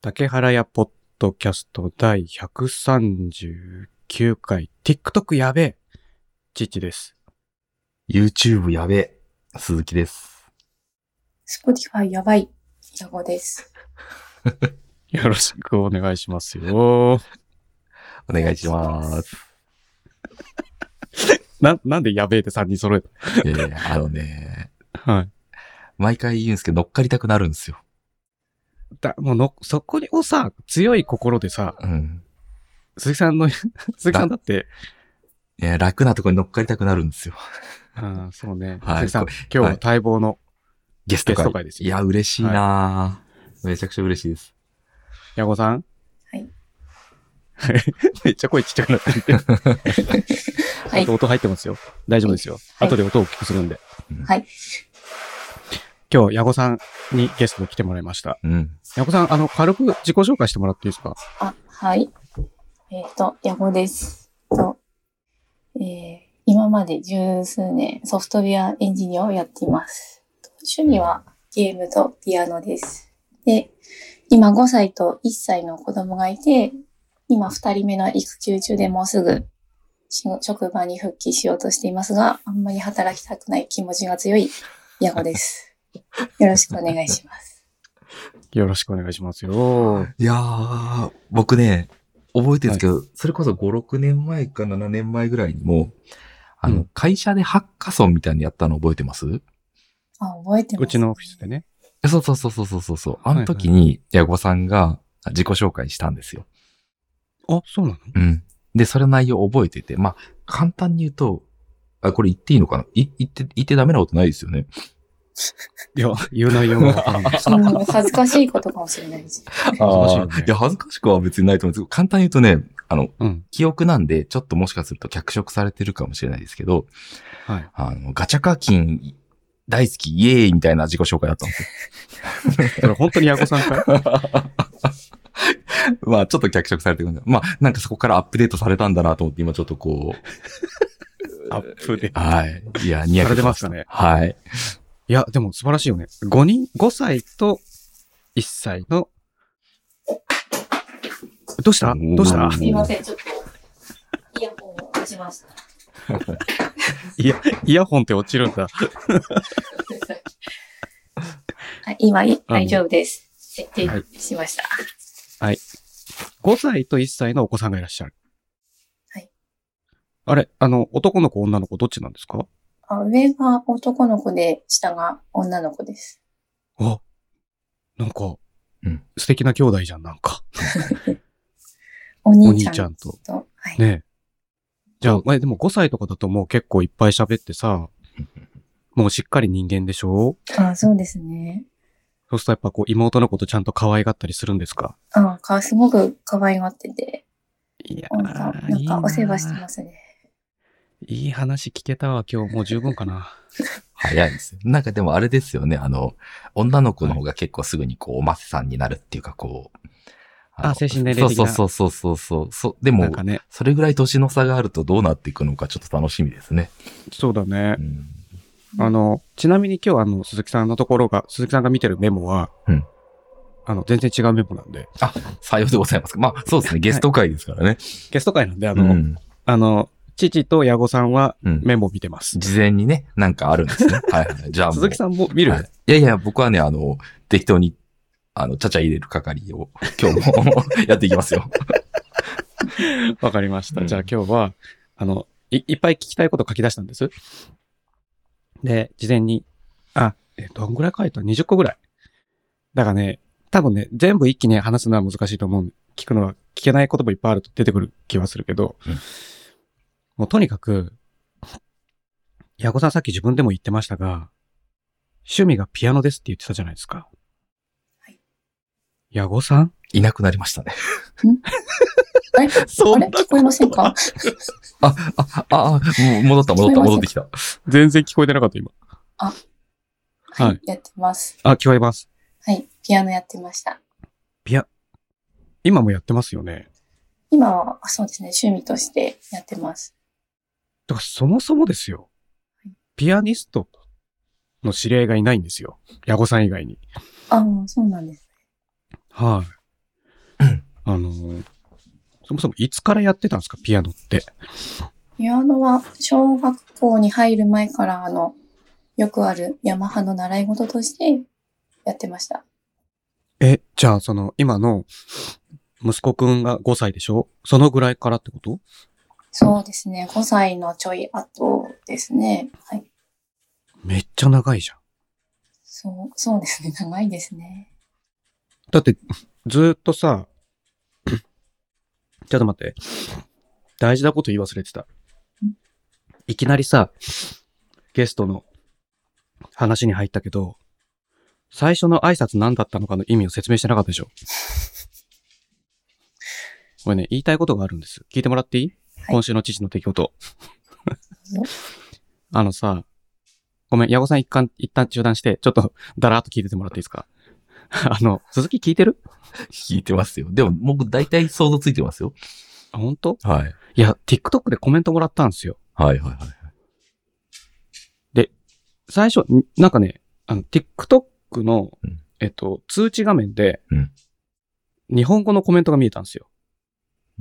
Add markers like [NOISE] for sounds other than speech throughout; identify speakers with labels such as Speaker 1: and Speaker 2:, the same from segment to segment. Speaker 1: 竹原屋ポッドキャスト第139回、TikTok やべえ、チッチです。
Speaker 2: YouTube やべえ。鈴木です。
Speaker 3: Spotify やばい。ヤゴです。
Speaker 1: よろしくお願いしますよ。 [LAUGHS]
Speaker 2: お願いします。
Speaker 1: な、なんでやべえって3人揃えた
Speaker 2: えー、あのね、
Speaker 1: はい。
Speaker 2: 毎回言うんですけど、乗っかりたくなるんですよ。
Speaker 1: だ、もうの、そこにをさ、強い心でさ、
Speaker 2: うん。
Speaker 1: 鈴木さんの、 [LAUGHS] 鈴木さんだって、
Speaker 2: いや楽なとこに乗っかりたくなるんですよ。
Speaker 1: あーそうね。
Speaker 2: はい
Speaker 1: 鈴木さん、
Speaker 2: こ
Speaker 1: 今日は待望の
Speaker 2: ゲスト
Speaker 1: ゲス
Speaker 2: 会。
Speaker 1: ト会です
Speaker 2: い
Speaker 1: よ。
Speaker 2: や、嬉しいなぁめちゃくちゃ嬉しいです。
Speaker 1: ヤゴさん
Speaker 3: はい。
Speaker 1: [LAUGHS] めっちゃ声ちっちゃくなってる。
Speaker 3: は
Speaker 1: ちゃん
Speaker 3: い
Speaker 1: と。音入ってますよ。大丈夫ですよ。
Speaker 3: はい
Speaker 1: 後で音を大きくするんで。
Speaker 3: はい。
Speaker 1: 今日、ヤゴさんにゲストに来てもらいました。
Speaker 2: うん。
Speaker 1: ヤゴさん、あの、軽く自己紹介してもらっていいですか
Speaker 3: あ、はい。えっ、と、ヤゴです。と、えー今まで十数年ソフトウェアエンジニアをやっています。と趣味はゲームとピアノです。で、今5歳と1歳の子供がいて、今2人目の育休中でもうすぐ仕事職場に復帰しようとしていますが、あんまり働きたくない気持ちが強いヤゴです。よろしくお願いします。
Speaker 1: よろしくお願いしますよ。
Speaker 2: いやー、僕ね、覚えてるんですけど、それこそ5、6年前か7年前ぐらいにも、あの、
Speaker 1: うん
Speaker 2: 会社でハッカソンみたいにやったの覚えてます
Speaker 3: あ、覚えてます、
Speaker 1: うちのオフィスでね。
Speaker 2: そうそうそうそうそうそう。あの時に、矢後さんが自己紹介したんですよ。
Speaker 1: あ、そうなの
Speaker 2: うん。で、それの内容を覚えてて、まあ、簡単に言うと、あ、これ言っていいのかない言って、言ってダメなことないですよね。
Speaker 1: いや、言う内容がわから
Speaker 3: [LAUGHS]
Speaker 1: ない。
Speaker 3: うん恥ずかしいことかもし
Speaker 1: [LAUGHS]
Speaker 3: れないです。
Speaker 1: あー
Speaker 2: 恥ずかしいいや、恥ずかしくは別にないと思うんですけど、簡単に言うとね、あの、
Speaker 1: うん。
Speaker 2: 記憶なんで、ちょっともしかすると脚色されてるかもしれないですけど、
Speaker 1: はい。
Speaker 2: あの、ガチャ課金大好き、イエーイみたいな自己紹介だったんですよ。
Speaker 1: それ本当にヤゴさんから
Speaker 2: [LAUGHS] まあ、ちょっと脚色されてるんだ。まあ、なんかそこからアップデートされたんだなと思って、今ちょっとこう、
Speaker 1: アップで。
Speaker 2: はい。いや、ニヤ
Speaker 1: さ
Speaker 2: リ
Speaker 1: れてましたね。
Speaker 2: はい。
Speaker 1: いや、でも素晴らしいよね。5人、5歳と1歳の、どうしたどうした
Speaker 2: おー
Speaker 3: すいません、ちょっと、イヤホンを落ちました。
Speaker 1: いや、イヤホンって落ちるんだ。
Speaker 3: はい今、い大丈夫です。設定
Speaker 1: はい
Speaker 3: しました。
Speaker 1: 5歳と1歳のお子さんがいらっしゃる。
Speaker 3: はい。
Speaker 1: あれ、あの、男の子、女の子、どっちなんですか
Speaker 3: あ上が男の子で、下が女の子です。
Speaker 1: あ、なんか、
Speaker 2: うん
Speaker 1: 素敵な兄弟じゃん、なんか。
Speaker 3: お
Speaker 1: お
Speaker 3: 兄
Speaker 1: 兄
Speaker 3: ちゃん
Speaker 1: ちゃんと。
Speaker 3: と。はい。
Speaker 1: ねえ。じゃあ、まあでも5歳とかだともう結構いっぱい喋ってさ、もうしっかり人間でしょ
Speaker 3: あそうですね。
Speaker 1: そうするとやっぱこう妹のことちゃんと可愛がったりするんですか
Speaker 3: あかすごく可愛がってて、
Speaker 1: いや
Speaker 3: なんか、なんかお世話してますね。
Speaker 1: いい話聞けたわ、今日もう十分かな。 [LAUGHS]
Speaker 2: 早いですよ。なんかでもあれですよね、あの、女の子の方が結構すぐにこう、おませさんになるっていうかこう。の
Speaker 1: あ精神年齢的な
Speaker 2: そうそうそうそうそうそう。で
Speaker 1: な
Speaker 2: も
Speaker 1: ん、かね、
Speaker 2: それぐらい年の差があるとどうなっていくのかちょっと楽しみですね。
Speaker 1: そうだね
Speaker 2: う。ん。
Speaker 1: あの、ちなみに今日あの、鈴木さんのところが、鈴木さんが見てるメモは、
Speaker 2: うん
Speaker 1: あの、全然違うメモなんで、
Speaker 2: さようでございますか。まあ、そうですね。ゲスト会ですからね。
Speaker 1: ゲスト会なんで、あの、
Speaker 2: うん。
Speaker 1: あの、父と矢後さんは
Speaker 2: うん
Speaker 1: メモ見てます。
Speaker 2: 事前にね、なんかある
Speaker 1: [LAUGHS]
Speaker 2: んですね。はいはい。じゃあもう。
Speaker 1: 鈴木さんも見る、
Speaker 2: はいいやいや、僕はね、あの、適当に、あの、ちゃちゃ入れる係を、今日も
Speaker 1: [LAUGHS]
Speaker 2: やっていきますよ。
Speaker 1: わかりました。
Speaker 2: うん
Speaker 1: じゃあ今日は、あのい、いっぱい聞きたいこと書き出したんです。で、事前に、あ、え、どんぐらい書いた ?20 個ぐらい。だからね、多分ね、全部一気に話すのは難しいと思うんで、聞くのは聞けない言葉いっぱいあると出てくる気はするけど、
Speaker 2: うん
Speaker 1: もうとにかく、矢子さんさっき自分でも言ってましたが、趣味がピアノですって言ってたじゃないですか。
Speaker 3: はい
Speaker 1: 矢子さん
Speaker 2: いなくなりましたね。
Speaker 3: あれ
Speaker 1: そ
Speaker 3: あれ聞こえませんか
Speaker 2: あ、あ、あ、あもう戻った、戻った、戻ってきた。
Speaker 1: 全然聞こえてなかった今。はい
Speaker 3: はい。やってます。
Speaker 1: あ、聞こえます。
Speaker 3: はい。ピアノやってました。
Speaker 1: ピア、今もやってますよね。
Speaker 3: 今は、あそうですね、趣味としてやってます。
Speaker 1: だからそもそもですよ。ピアニストの知り合いがいないんですよ。矢後さん以外に。
Speaker 3: ああ、そうなんです。
Speaker 1: はい。あのーそもそもいつからやってたんですか、ピアノって。
Speaker 3: ピアノは小学校に入る前からあの、よくあるヤマハの習い事としてやってました。
Speaker 1: え、じゃあ、その、今の、息子くんが5歳でしょそのぐらいからってこと
Speaker 3: そうですね。5歳のちょい後ですね。はい。
Speaker 1: めっちゃ長いじゃん。
Speaker 3: そう、そうですね。 [LAUGHS] 長いですね。
Speaker 1: だって、ずーっとさ、ちょっと待って。大事なこと言い忘れてた。いきなりさ、ゲストの話に入ったけど、最初の挨拶何だったのかの意味を説明してなかったでしょこれね、言いたいことがあるんです。聞いてもらっていい、
Speaker 3: い
Speaker 1: 今週の父の出来事
Speaker 3: どうぞ。
Speaker 1: あのさ、ごめん、矢後さん一旦、一旦中断して、ちょっとだらーっと聞いててもらっていいですか [LAUGHS] あの、鈴木聞いてる
Speaker 2: 聞いてますよ。でも、僕、大体想像ついてますよ。
Speaker 1: あ、本当？
Speaker 2: はい。
Speaker 1: いや、TikTok でコメントもらったんですよ。
Speaker 2: はいはいはい。
Speaker 1: 最初、んなんかね、あの、TikTok の
Speaker 2: うん、
Speaker 1: えっと、通知画面で
Speaker 2: うん、
Speaker 1: 日本語のコメントが見えたんですよ。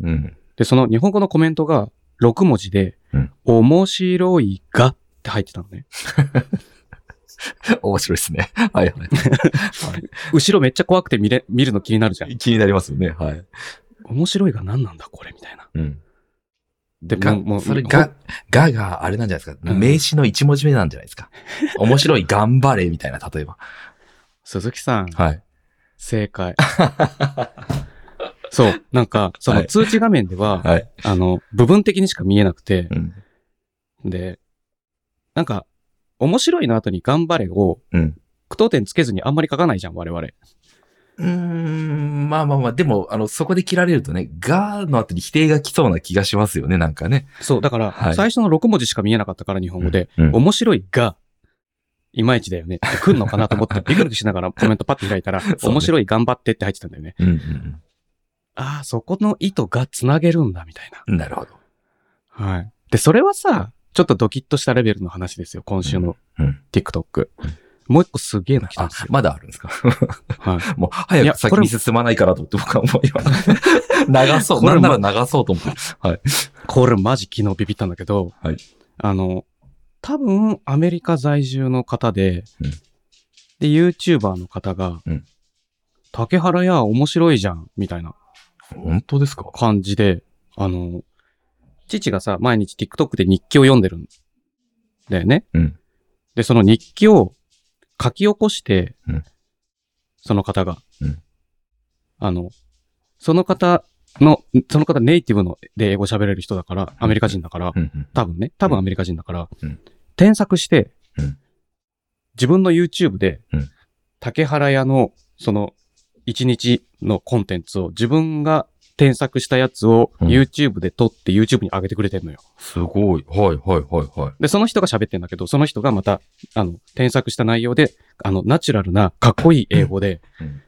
Speaker 2: うん。
Speaker 1: で、その日本語のコメントが6文字で
Speaker 2: うん、
Speaker 1: 面白いがって入ってたのね。
Speaker 2: 面白いですね。はいは
Speaker 1: 後ろめっちゃ怖くて見れ、見るの気になるじゃん
Speaker 2: [LAUGHS] い。。気になりますよね。はい。
Speaker 1: 面白いが何なんだこれみたいな。
Speaker 2: うん。
Speaker 1: で
Speaker 2: が、
Speaker 1: もうもう
Speaker 2: それが、ががあれなんじゃないですか。
Speaker 1: うん
Speaker 2: 名詞の一文字目なんじゃないですか。面白い、頑張れ、みたいな、例えば。
Speaker 1: 鈴木さん、
Speaker 2: はい。
Speaker 1: 正解。そう。なんか、その
Speaker 2: はい
Speaker 1: 通知画面では、
Speaker 2: はい。
Speaker 1: あの、部分的にしか見えなくて、
Speaker 2: うん。
Speaker 1: で、なんか、面白いの後に頑張れを、
Speaker 2: うん。
Speaker 1: 句読点つけずにあんまり書かないじゃん、我々。
Speaker 2: うーん、まあまあまあ、でも、あの、そこで切られるとね、がーの後に否定が来そうな気がしますよね、なんかね。
Speaker 1: そう、だから、
Speaker 2: はい
Speaker 1: 最初の6文字しか見えなかったから、日本語で、
Speaker 2: うん
Speaker 1: 面白いが、いまいちだよね。って来んのかなと思
Speaker 2: [LAUGHS]
Speaker 1: って、ビクビクしながらコメントパッて開いたら、
Speaker 2: うね
Speaker 1: 面白い頑張ってって入ってたんだよね。
Speaker 2: うんうん
Speaker 1: ああ、そこの意図が繋げるんだ、みたいな。
Speaker 2: うん。なるほど。
Speaker 1: はい。で、それはさ、ちょっとドキッとしたレベルの話ですよ、今週の
Speaker 2: うん
Speaker 1: TikTok。もう一個すげえの来たん
Speaker 2: あ
Speaker 1: ですよ、。
Speaker 2: ま [LAUGHS] だあるんですか
Speaker 1: はい。
Speaker 2: もう
Speaker 1: い
Speaker 2: 早
Speaker 1: や
Speaker 2: く先に進まないからと思って僕は思い [LAUGHS] ま流そう。
Speaker 1: これ
Speaker 2: な
Speaker 1: も
Speaker 2: んなら流そうと思って。はい。
Speaker 1: これマジ昨日ビビったんだけど、
Speaker 2: はい
Speaker 1: あの、多分アメリカ在住の方で、
Speaker 2: うん
Speaker 1: で、YouTuber の方が、
Speaker 2: うん
Speaker 1: 竹原や面白いじゃん、みたいな
Speaker 2: 本当ですか
Speaker 1: 感じで、あの、父がさ、毎日 TikTok で日記を読んでるんだよね。
Speaker 2: うん
Speaker 1: で、その日記を書き起こして、
Speaker 2: うん
Speaker 1: その方が、
Speaker 2: うん
Speaker 1: あの、その方の、その方ネイティブので英語喋れる人だから、アメリカ人だから、
Speaker 2: うんうん。
Speaker 1: 多分ね、多分アメリカ人だから、
Speaker 2: うん
Speaker 1: 添削して、
Speaker 2: うん
Speaker 1: 自分の YouTube で、
Speaker 2: うん
Speaker 1: 竹原屋のその1日のコンテンツを自分が添削したやつを
Speaker 2: うん
Speaker 1: YouTube で撮って YouTube に上げてくれてるのよ。
Speaker 2: すごい。はいはいはいはい。
Speaker 1: で、その人が喋ってんだけど、その人がまた、あの、添削した内容で、あの、ナチュラルな、かっこいい英語で、
Speaker 2: うん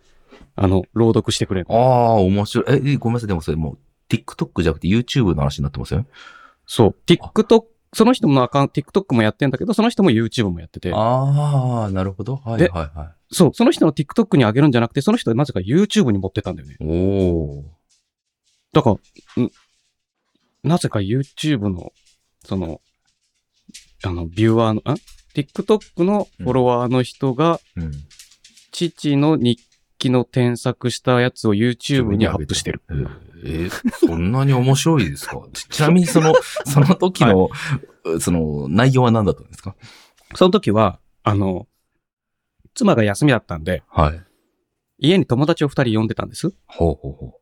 Speaker 1: あの、朗読してくれるの。
Speaker 2: ああ、面白い。ええ、ごめんなさい。でもそれもう TikTok じゃなくて YouTube の話になってますよね。
Speaker 1: そう。TikTok、その人のアカウント、TikTok もやってんだけど、その人も YouTube もやってて、
Speaker 2: ああ、なるほど。はい
Speaker 1: で
Speaker 2: はいは
Speaker 1: そう、その人の TikTok に上げるんじゃなくて、その人はなぜか YouTube に持ってたんだよね。
Speaker 2: い。おお。
Speaker 1: だから、んなぜか YouTube の、その、あの、ビューワーの、ん ?TikTok のフォロワーの人が、
Speaker 2: うん。
Speaker 1: 父の日記の添削したやつを YouTube にアップしてる。
Speaker 2: えー。えーそんなに面白いですか [LAUGHS] ちちなみにその、その時の、その内容は何だったんですか
Speaker 1: その時は、あの、妻が休みだったんで、
Speaker 2: はい。
Speaker 1: 家に友達を二人呼んでたんです。
Speaker 2: ほうほうほ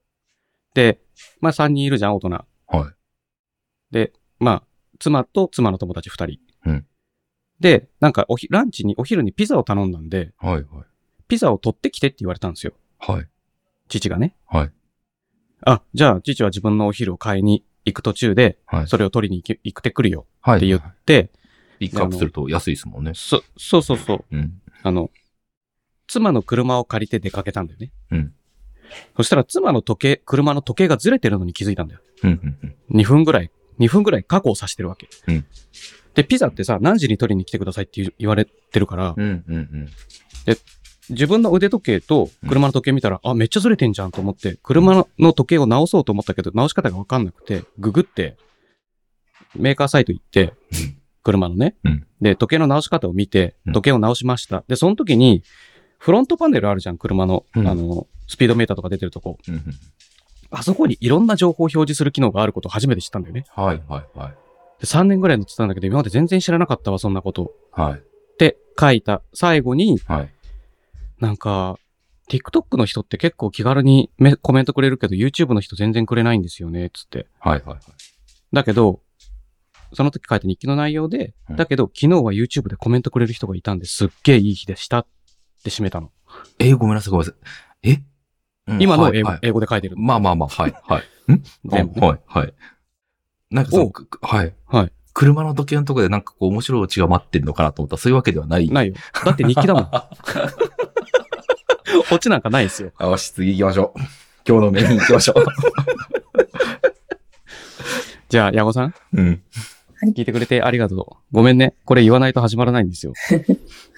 Speaker 1: で、まあ三人いるじゃん、大人。
Speaker 2: う。はい。
Speaker 1: まあ、妻と妻の友達二人。
Speaker 2: うん
Speaker 1: で、なんかおひ、ランチに、お昼にピザを頼んだんで、
Speaker 2: はいはい。
Speaker 1: ピザを取ってきてって言われたんですよ。
Speaker 2: はい。
Speaker 1: 父がね。
Speaker 2: はい。
Speaker 1: あ、じゃあ、父は自分のお昼を買いに行く途中で、
Speaker 2: はい。
Speaker 1: それを取りに行き行ってくるよ
Speaker 2: は
Speaker 1: って言って、
Speaker 2: ピックアップすると安いですもんね。
Speaker 1: そ、そうそうそう、
Speaker 2: うん。
Speaker 1: あの、妻の車を借りて出かけたんだよね。
Speaker 2: うん。
Speaker 1: そしたら、妻の時計、車の時計がずれてるのに気づいたんだよ。
Speaker 2: うんうんうん。
Speaker 1: 2分ぐらい、2分ぐらい過去を指してるわけ。
Speaker 2: うん
Speaker 1: で、ピザってさ、何時に取りに来てくださいって言う言われてるから、
Speaker 2: うんうんうん。
Speaker 1: 自分の腕時計と車の時計見たら、あ、めっちゃずれてんじゃんと思って、車の時計を直そうと思ったけど、直し方がわかんなくて、ググって、メーカーサイト行って、車のね、
Speaker 2: うん
Speaker 1: で、時計の直し方を見て
Speaker 2: う、ん
Speaker 1: 時計を直しました。で、その時に、フロントパネルあるじゃん、車の、
Speaker 2: うん
Speaker 1: あの、スピードメーターとか出てるとこ。
Speaker 2: うんうん
Speaker 1: あそこにいろんな情報を表示する機能があることを初めて知ったんだよね。
Speaker 2: はいはいはい。
Speaker 1: で3年ぐらい乗ってたんだけど、今まで全然知らなかったわ、そんなこと。
Speaker 2: はい
Speaker 1: って書いた最後に、
Speaker 2: はい。
Speaker 1: なんか、TikTok の人って結構気軽にメコメントくれるけど、YouTube の人全然くれないんですよね、つって。
Speaker 2: はいはいはい。
Speaker 1: だけど、その時書いた日記の内容で、
Speaker 2: うん
Speaker 1: だけど、昨日は YouTube でコメントくれる人がいたんですっげえいい日でしたって締めたの。
Speaker 2: えーごめんなさいごめんなさい。え、うん
Speaker 1: 今の
Speaker 2: はい
Speaker 1: 英語,、
Speaker 2: はい
Speaker 1: 英語で書いてる。
Speaker 2: まあまあまあ、 [LAUGHS] はいはい。
Speaker 1: 全部ね、
Speaker 2: はい、はい。なんかそ
Speaker 1: お
Speaker 2: の、くくはい。
Speaker 1: はい。
Speaker 2: 車の時計のとこでなんかこう面白いオチが待ってるのかなと思ったらそういうわけではない。
Speaker 1: ないよ。だって日記
Speaker 2: [LAUGHS]
Speaker 1: だもん。こっちなんかないですよ。
Speaker 2: よし、次行きましょう。今日のメイン行きましょ [LAUGHS]
Speaker 1: じゃあ、矢後さん、
Speaker 2: う。うん。
Speaker 1: 聞いてくれてありがとう。ごめんね。これ言わないと始まらないんですよ。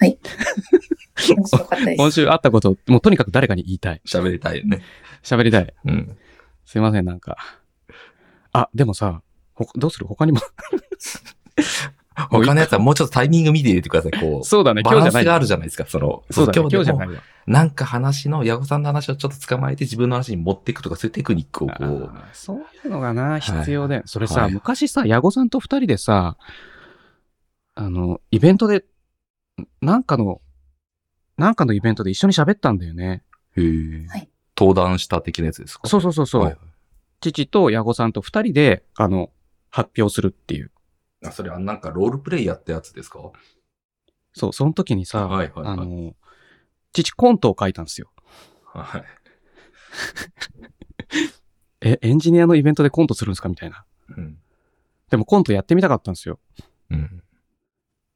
Speaker 3: 面白かったで
Speaker 1: 今
Speaker 3: す。
Speaker 1: 週あったことを、もうとにかく誰かに言いたい。
Speaker 2: 喋りたいね。
Speaker 1: 喋りたい。
Speaker 2: うん。
Speaker 1: すいません、なんか。あ、でもさ、ほどうする他に
Speaker 2: [LAUGHS]
Speaker 1: も。
Speaker 2: 他のやつはもうちょっとタイミング見て入れてください。こう。
Speaker 1: そうだね、
Speaker 2: バ
Speaker 1: 今
Speaker 2: ラ
Speaker 1: 日じ
Speaker 2: ン
Speaker 1: ゃな
Speaker 2: ス
Speaker 1: い。
Speaker 2: があるじゃないですか、その。
Speaker 1: そうだね、今日じ
Speaker 2: で
Speaker 1: ゃ
Speaker 2: も
Speaker 1: ないわ。
Speaker 2: なんか話の、矢後さんの話をちょっと捕まえて自分の話に持っていくとか、そういうテクニックをこう。
Speaker 1: あーそういうのがな、
Speaker 2: い
Speaker 1: 必要で。それさ、
Speaker 2: はい
Speaker 1: 昔さ、矢後さんと二人でさ、あの、イベントで、なんかの、なんかのイベントで一緒に喋ったんだよね。
Speaker 2: へえ
Speaker 3: はい
Speaker 2: 登壇した的なやつですか
Speaker 1: そうそうそうそう。
Speaker 2: はい
Speaker 1: 父と矢後さんと二人で、あの、発表するっていう。
Speaker 2: あそれはなんかロールプレイやったやつですか
Speaker 1: そう、その時にさ、
Speaker 2: はいはいはい
Speaker 1: あの、父コントを書いたんですよ。
Speaker 2: はい。
Speaker 1: え、エンジニアのイベントでコントするんですかみたいな。
Speaker 2: うん。
Speaker 1: でもコントやってみたかったんですよ。
Speaker 2: うん。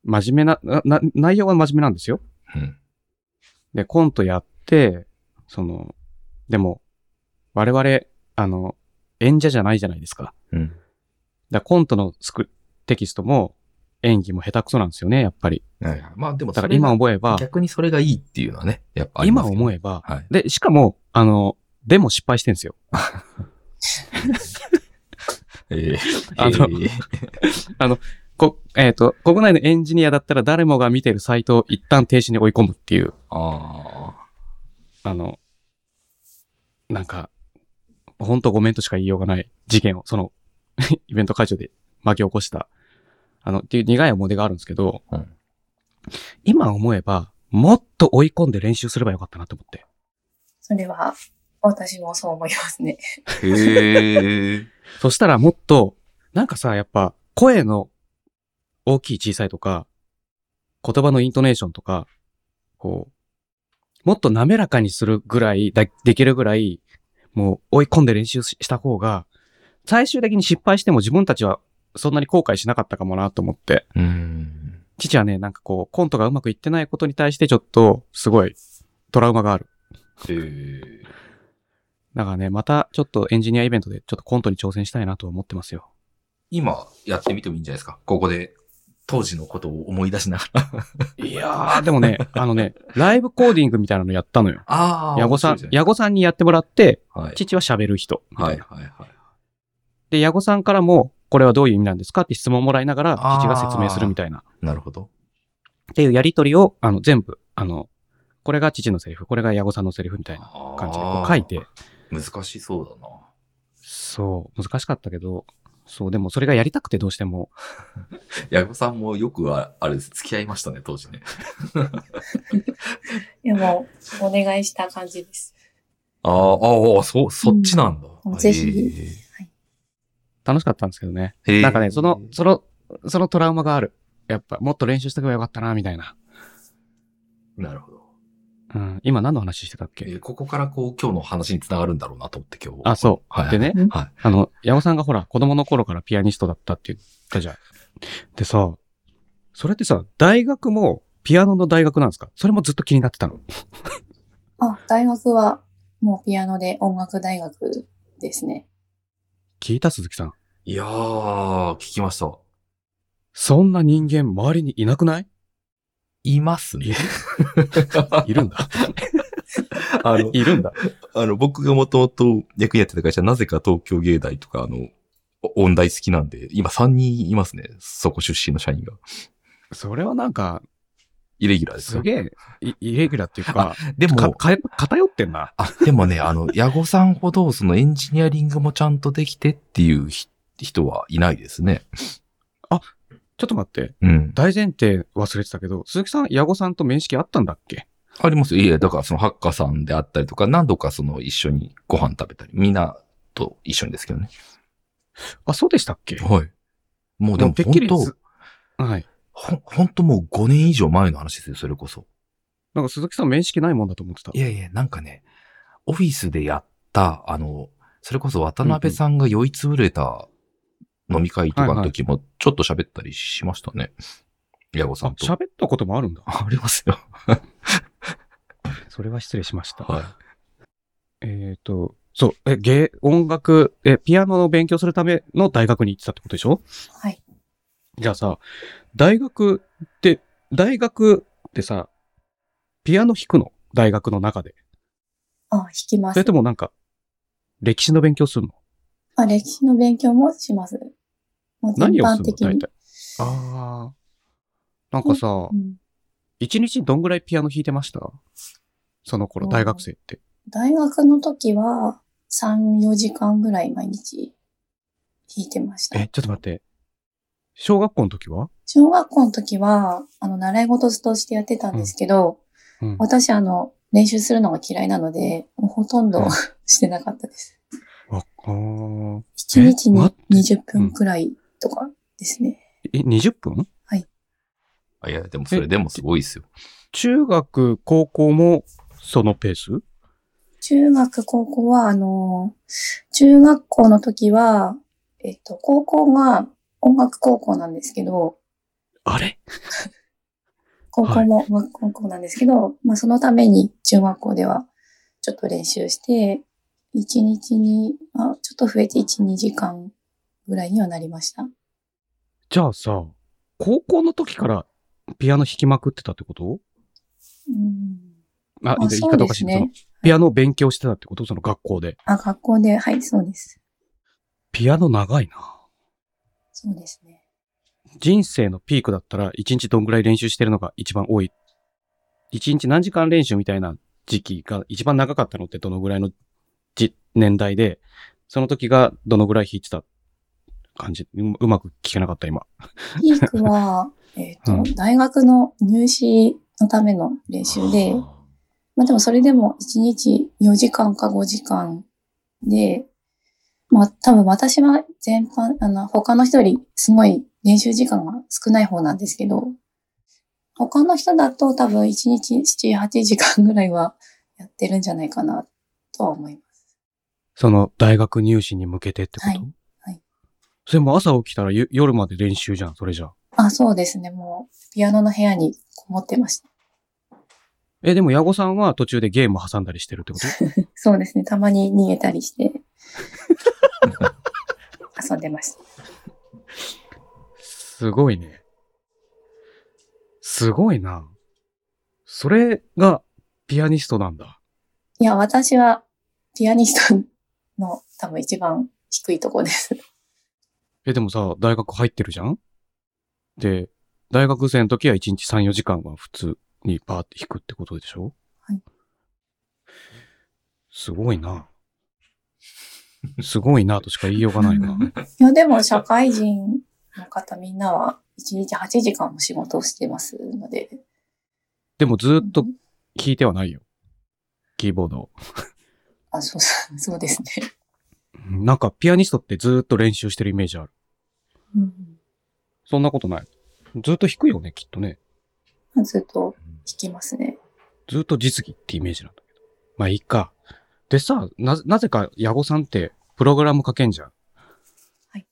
Speaker 1: 真面目な、な、な内容は真面目なんですよ。
Speaker 2: うん。
Speaker 1: で、コントやって、その、でも、我々、あの、演者じゃないじゃないですか。だか
Speaker 2: うん。
Speaker 1: らコントのスク、テキストも演技も下手くそなんですよね、やっぱり。
Speaker 2: はいはい。まあでも
Speaker 1: だから今
Speaker 2: それ
Speaker 1: 思えば
Speaker 2: が、逆にそれがいいっていうのはね、やっぱあり
Speaker 1: 今
Speaker 2: ますけど
Speaker 1: 思えば、
Speaker 2: はい。
Speaker 1: で、しかも、あの、でも失敗してんですよ。
Speaker 2: ええ
Speaker 1: あの
Speaker 2: ええ
Speaker 1: こ、えっ、と、国内のエンジニアだったら誰もが見てるサイトを一旦停止に追い込むっていう、
Speaker 2: あ
Speaker 1: あの、なんか、ほんとごめんとしか言いようがない事件を、その、 [LAUGHS] イベント会場で巻き起こした、あの、っていう苦い思い出があるんですけど、
Speaker 2: あ。うん。
Speaker 1: 今思えば、もっと追い込んで練習すればよかったなと思って。
Speaker 3: [LAUGHS] それは、私もそう思いますね。 [LAUGHS]
Speaker 2: へえ。
Speaker 1: そしたらもっと、なんかさ、やっぱ、声の大きい小さいとか、言葉のイントネーションとか、こう、もっと滑らかにするぐらい、だできるぐらい、もう追い込んで練習しした方が、最終的に失敗しても自分たちはそんなに後悔しなかったかもなと思って。
Speaker 2: [LAUGHS] うん。
Speaker 1: 父はね、なんかこう、コントがうまくいってないことに対してちょっと、すごい、トラウマがある。
Speaker 2: へえ。
Speaker 1: だからね、またちょっとエンジニアイベントでちょっとコントに挑戦したいなとは思ってますよ。
Speaker 2: 今やってみてもいいんじゃないですかここで当時のことを思い出しながら。
Speaker 1: いやー、でもね、あのね、ライブコーディングみたいなのやったのよ。
Speaker 2: あ
Speaker 1: 矢後さん、
Speaker 2: や
Speaker 1: 矢後さんにやってもらって、
Speaker 2: はい。
Speaker 1: 父は喋る人。
Speaker 2: はいはいはい。
Speaker 1: で、矢後さんからも、これはどういう意味なんですかって質問をもらいながら、
Speaker 2: あー
Speaker 1: 父が説明するみたいな。
Speaker 2: なるほど。
Speaker 1: っていうやりとりを、あの、全部、あの、これが父のセリフ、これが矢後さんのセリフみたいな感じでこう書いて、
Speaker 2: あー。難しそうだな。
Speaker 1: そう、難しかったけど、そう、でもそれがやりたくてどうしても、
Speaker 2: 矢後さんもよくは、あれです、付き合いましたね、当時ね。
Speaker 3: でも、お願いした感じです。
Speaker 2: あーあー、あーそう、そっちなんだ。
Speaker 3: うんぜひ
Speaker 1: 楽しかったんですけどね。
Speaker 2: へー。
Speaker 1: なんかね、その
Speaker 2: へ、ー
Speaker 1: その、そのトラウマがある。やっぱ、もっと練習しておけばよかったな、みたいな。
Speaker 2: なるほど。
Speaker 1: うん。今何の話してたっけ
Speaker 2: えーここからこう、今日の話につながるんだろうなと思って今日。
Speaker 1: あ、そう。
Speaker 2: はい。
Speaker 1: でね、
Speaker 2: はい。
Speaker 1: あの、矢尾さんがほら、子供の頃からピアニストだったって言ったじゃん。でさ、それってさ、大学も、ピアノの大学なんですかそれもずっと気になってたの。
Speaker 3: あ、大学は、もうピアノで音楽大学ですね。
Speaker 1: 聞いた鈴木さん。
Speaker 2: いやー、聞きました。
Speaker 1: そんな人間周りにいなくない
Speaker 2: いますね。
Speaker 1: いるんだ。
Speaker 2: [LAUGHS] あの、
Speaker 1: いるんだ。
Speaker 2: あの、僕がもともと役員やってた会社、なぜか東京芸大とか、あの、お音大好きなんで、今3人いますね。そこ出身の社員が。
Speaker 1: それはなんか、
Speaker 2: イレギュラーです
Speaker 1: す
Speaker 2: よ。
Speaker 1: げえ、いイレギュラーっていうか、
Speaker 2: で
Speaker 1: か
Speaker 2: [LAUGHS] も、
Speaker 1: か偏ってんな。
Speaker 2: あ、でもね、あの、矢後さんほど、そのエンジニアリングもちゃんとできてっていうひ人はいないですね。
Speaker 1: ちょっと待って。
Speaker 2: うん。
Speaker 1: 大前提忘れてたけど、鈴木さん、矢後さんと面識あったんだっけ
Speaker 2: ありますよ。いや、だからそのハッカーさんであったりとか、何度かその一緒にご飯食べたり、みんなと一緒にですけどね。
Speaker 1: あ、そうでしたっけ
Speaker 2: はい。もうでも
Speaker 1: てっき
Speaker 2: 本
Speaker 1: り
Speaker 2: 当
Speaker 1: す、はい。
Speaker 2: ほん、本当もう5年以上前の話ですよ、それこそ。
Speaker 1: なんか鈴木さん面識ないもんだと思ってた
Speaker 2: い。やいや、なんかね、オフィスでやった、あの、それこそ渡辺さんが酔いつぶれた飲み会とかの時も、ちょっと喋ったりしましたね。矢後さ
Speaker 1: あ、
Speaker 2: んと。
Speaker 1: 喋ったこと [LAUGHS] もあるんだ。
Speaker 2: ありますよ。
Speaker 1: それは失礼しました。
Speaker 2: [LAUGHS] はい。
Speaker 1: えっ、と、そう、え、芸、音楽、え、ピアノを勉強するための大学に行ってたってことでしょ
Speaker 3: はい。
Speaker 1: じゃあさ、大学って、大学ってさ、ピアノ弾くの大学の中で。
Speaker 3: あ、弾きま
Speaker 1: そ
Speaker 3: す
Speaker 1: れ。ともなんか、歴史の勉強するの
Speaker 3: あ、歴史の勉強もします。もう全
Speaker 1: 何を
Speaker 3: 般
Speaker 1: するの
Speaker 3: 的に
Speaker 1: 大。体。ああ。なんかさ
Speaker 3: う、ん
Speaker 1: 一、日にどんぐらいピアノ弾いてましたその頃、
Speaker 3: うん
Speaker 1: 大学生って。
Speaker 3: 大学の時は3、4時間ぐらい毎日弾いてました
Speaker 1: え、。ちょっと待って。小学校の時は
Speaker 3: 小学校の時は、あの、習い事としてやってたんですけど、
Speaker 1: うん。
Speaker 3: 私、あの、練習するのが嫌いなので、もうほとんど
Speaker 1: うん
Speaker 3: [LAUGHS] してなかったです。
Speaker 1: ああー。
Speaker 3: 1日に
Speaker 1: 待
Speaker 3: 20分くらいとかですね。
Speaker 1: え、20分
Speaker 2: あいや、でもそれでもすごいですよ。
Speaker 1: 中学、高校もそのペース
Speaker 3: 中学、高校は、あの、中学校の時は、えっと、高校が音楽高校なんですけど、
Speaker 1: あれ
Speaker 3: 高校も音楽高校なんですけど、まあそのために中学校ではちょっと練習して、1日に、あ、ちょっと増えて1、2時間ぐらいにはなりました。
Speaker 1: じゃあさ、高校の時からピアノ弾きまくってたってこと
Speaker 3: うん
Speaker 1: あ、
Speaker 3: あ
Speaker 1: 言い方おかしい、
Speaker 3: そうですね
Speaker 1: そのピアノを勉強してたってことその学校で。
Speaker 3: あ、学校で、はい、そうです。
Speaker 1: ピアノ長いな。
Speaker 3: そうですね。
Speaker 1: 人生のピークだったら一日どんぐらい練習してるのが一番多い一日何時間練習みたいな時期が一番長かったのってどのぐらいのじ年代で、その時がどのぐらい弾いてた感じううまく聞けなかった今。
Speaker 3: ピー
Speaker 1: [LAUGHS]
Speaker 3: クは、えっと、
Speaker 1: うん
Speaker 3: 大学の入試のための練習で、まあでもそれでも1日4時間か5時間で、まあ多分私は全般、あの、他の人よりすごい練習時間が少ない方なんですけど、他の人だと多分1日7、8時間ぐらいはやってるんじゃないかなとは思います。
Speaker 1: その大学入試に向けてってこと、
Speaker 3: はいはい
Speaker 1: それも朝起きたらゆ夜まで練習じゃん、それじゃ。
Speaker 3: あ、そうですね。もうピアノの部屋にこもってました。
Speaker 1: え、でも矢後さんは途中でゲーム挟んだりしてるってこと
Speaker 3: [LAUGHS] そうですね。たまに逃げたりして、遊んでました。
Speaker 1: すごいね。すごいな。それがピアニストなんだ。
Speaker 3: いや、私はピアニストの多分一番低いとこです。
Speaker 1: え、でもさ、大学入ってるじゃんで、大学生の時は1日3、4時間は普通にバーって弾くってことでしょ
Speaker 3: はい。
Speaker 1: すごいな。すごいなとしか言いようがない
Speaker 3: [LAUGHS]
Speaker 1: な。
Speaker 3: いや、でも社会人の方みんなは1日8時間も仕事をしてますので。
Speaker 1: でもずっと弾いてはないよ。キーボードを。
Speaker 3: あ、そう、そう [LAUGHS] そうですね。
Speaker 1: なんかピアニストってずっと練習してるイメージある。そんなことない。ずっと弾くよね、きっとね。
Speaker 3: うん、ずっと弾きますね。
Speaker 1: ずっと実技ってイメージなんだけど。まあいいか。でさ、な、なぜか矢後さんってプログラム書けんじゃん。
Speaker 3: はい。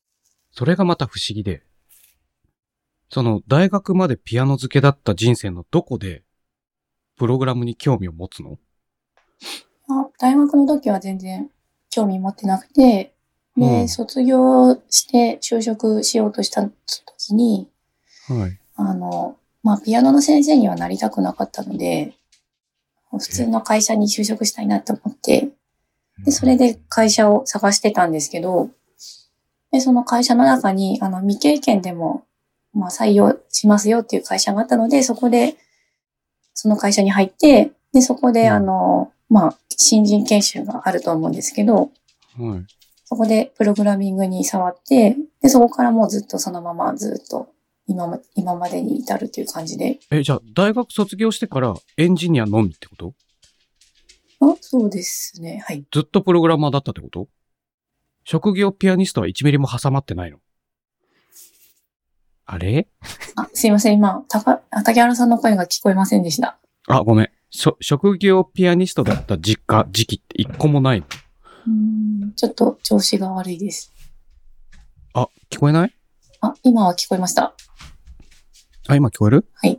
Speaker 1: それがまた不思議で、その大学までピアノ漬けだった人生のどこで、プログラムに興味を持つの
Speaker 3: あ大学の時は全然興味持ってなくて、で、
Speaker 1: うん
Speaker 3: 卒業して就職しようとした時に、
Speaker 1: はい。
Speaker 3: あの、まあ、ピアノの先生にはなりたくなかったので、普通の会社に就職したいなって思って、で、それで会社を探してたんですけど、で、その会社の中に、あの、未経験でも、まあ、採用しますよっていう会社があったので、そこで、その会社に入って、で、そこで、
Speaker 1: うん
Speaker 3: あの、まあ、新人研修があると思うんですけど、
Speaker 1: はい。
Speaker 3: そこでプログラミングに触って、で、そこからもうずっとそのままずっと今ま今までに至るという感じで。
Speaker 1: え、じゃあ、大学卒業してからエンジニアのみってこと
Speaker 3: あそうですね。はい。
Speaker 1: ずっとプログラマーだったってこと職業ピアニストは1ミリも挟まってないのあれ
Speaker 3: あ、すいません。今、たか、あ竹原さんの声が聞こえませんでした。
Speaker 1: あ、ごめん。しょ職業ピアニストだった実家、時期って一個もないの
Speaker 3: うーんちょっと調子が悪いです。
Speaker 1: あ、聞こえない
Speaker 3: あ、今は聞こえました。
Speaker 1: あ、今聞こえる
Speaker 3: はい。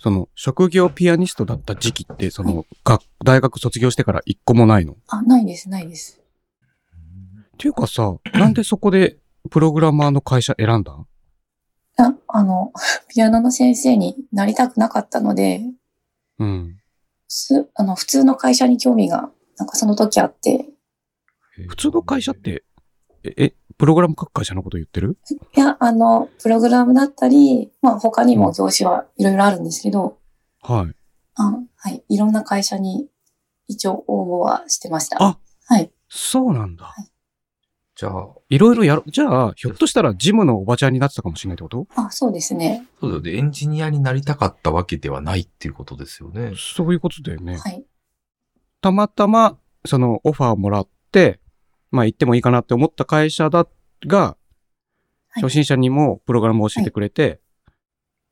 Speaker 1: その、職業ピアニストだった時期って、その、学大学卒業してから一個もないの
Speaker 3: あ、ないです、ないです。
Speaker 1: っていうか
Speaker 3: [CLEARS THROAT]
Speaker 1: さ、なんでそこでプログラマーの会社選んだん
Speaker 3: あ、あの、 [LAUGHS] ピアノの先生になりたくなかったので、
Speaker 1: うん。
Speaker 3: す、あの、普通の会社に興味が、なんかその時あって、
Speaker 1: 普通の会社って、え、えプログラム書く会社のこと言ってる
Speaker 3: いや、あの、プログラムだったり、まあ他にも業種はいろいろあるんですけど、
Speaker 1: はい。
Speaker 3: あはい、いろんな会社に一応応募はしてました。
Speaker 1: あ
Speaker 3: はい。
Speaker 1: そうなんだ。
Speaker 2: じゃあ、
Speaker 1: いろいろやろ、じゃあ、ひょっとしたらジムのおばちゃんになってたかもしれないってこと
Speaker 3: あ、そうですね。
Speaker 2: そうだよね。エンジニアになりたかったわけではないっていうことですよね。
Speaker 1: そういうことだよね。
Speaker 3: はい。
Speaker 1: たまたま、そのオファーをもらって、まあ行ってもいいかなって思った会社だが、
Speaker 3: はい
Speaker 1: 初心者にもプログラムを教えてくれて、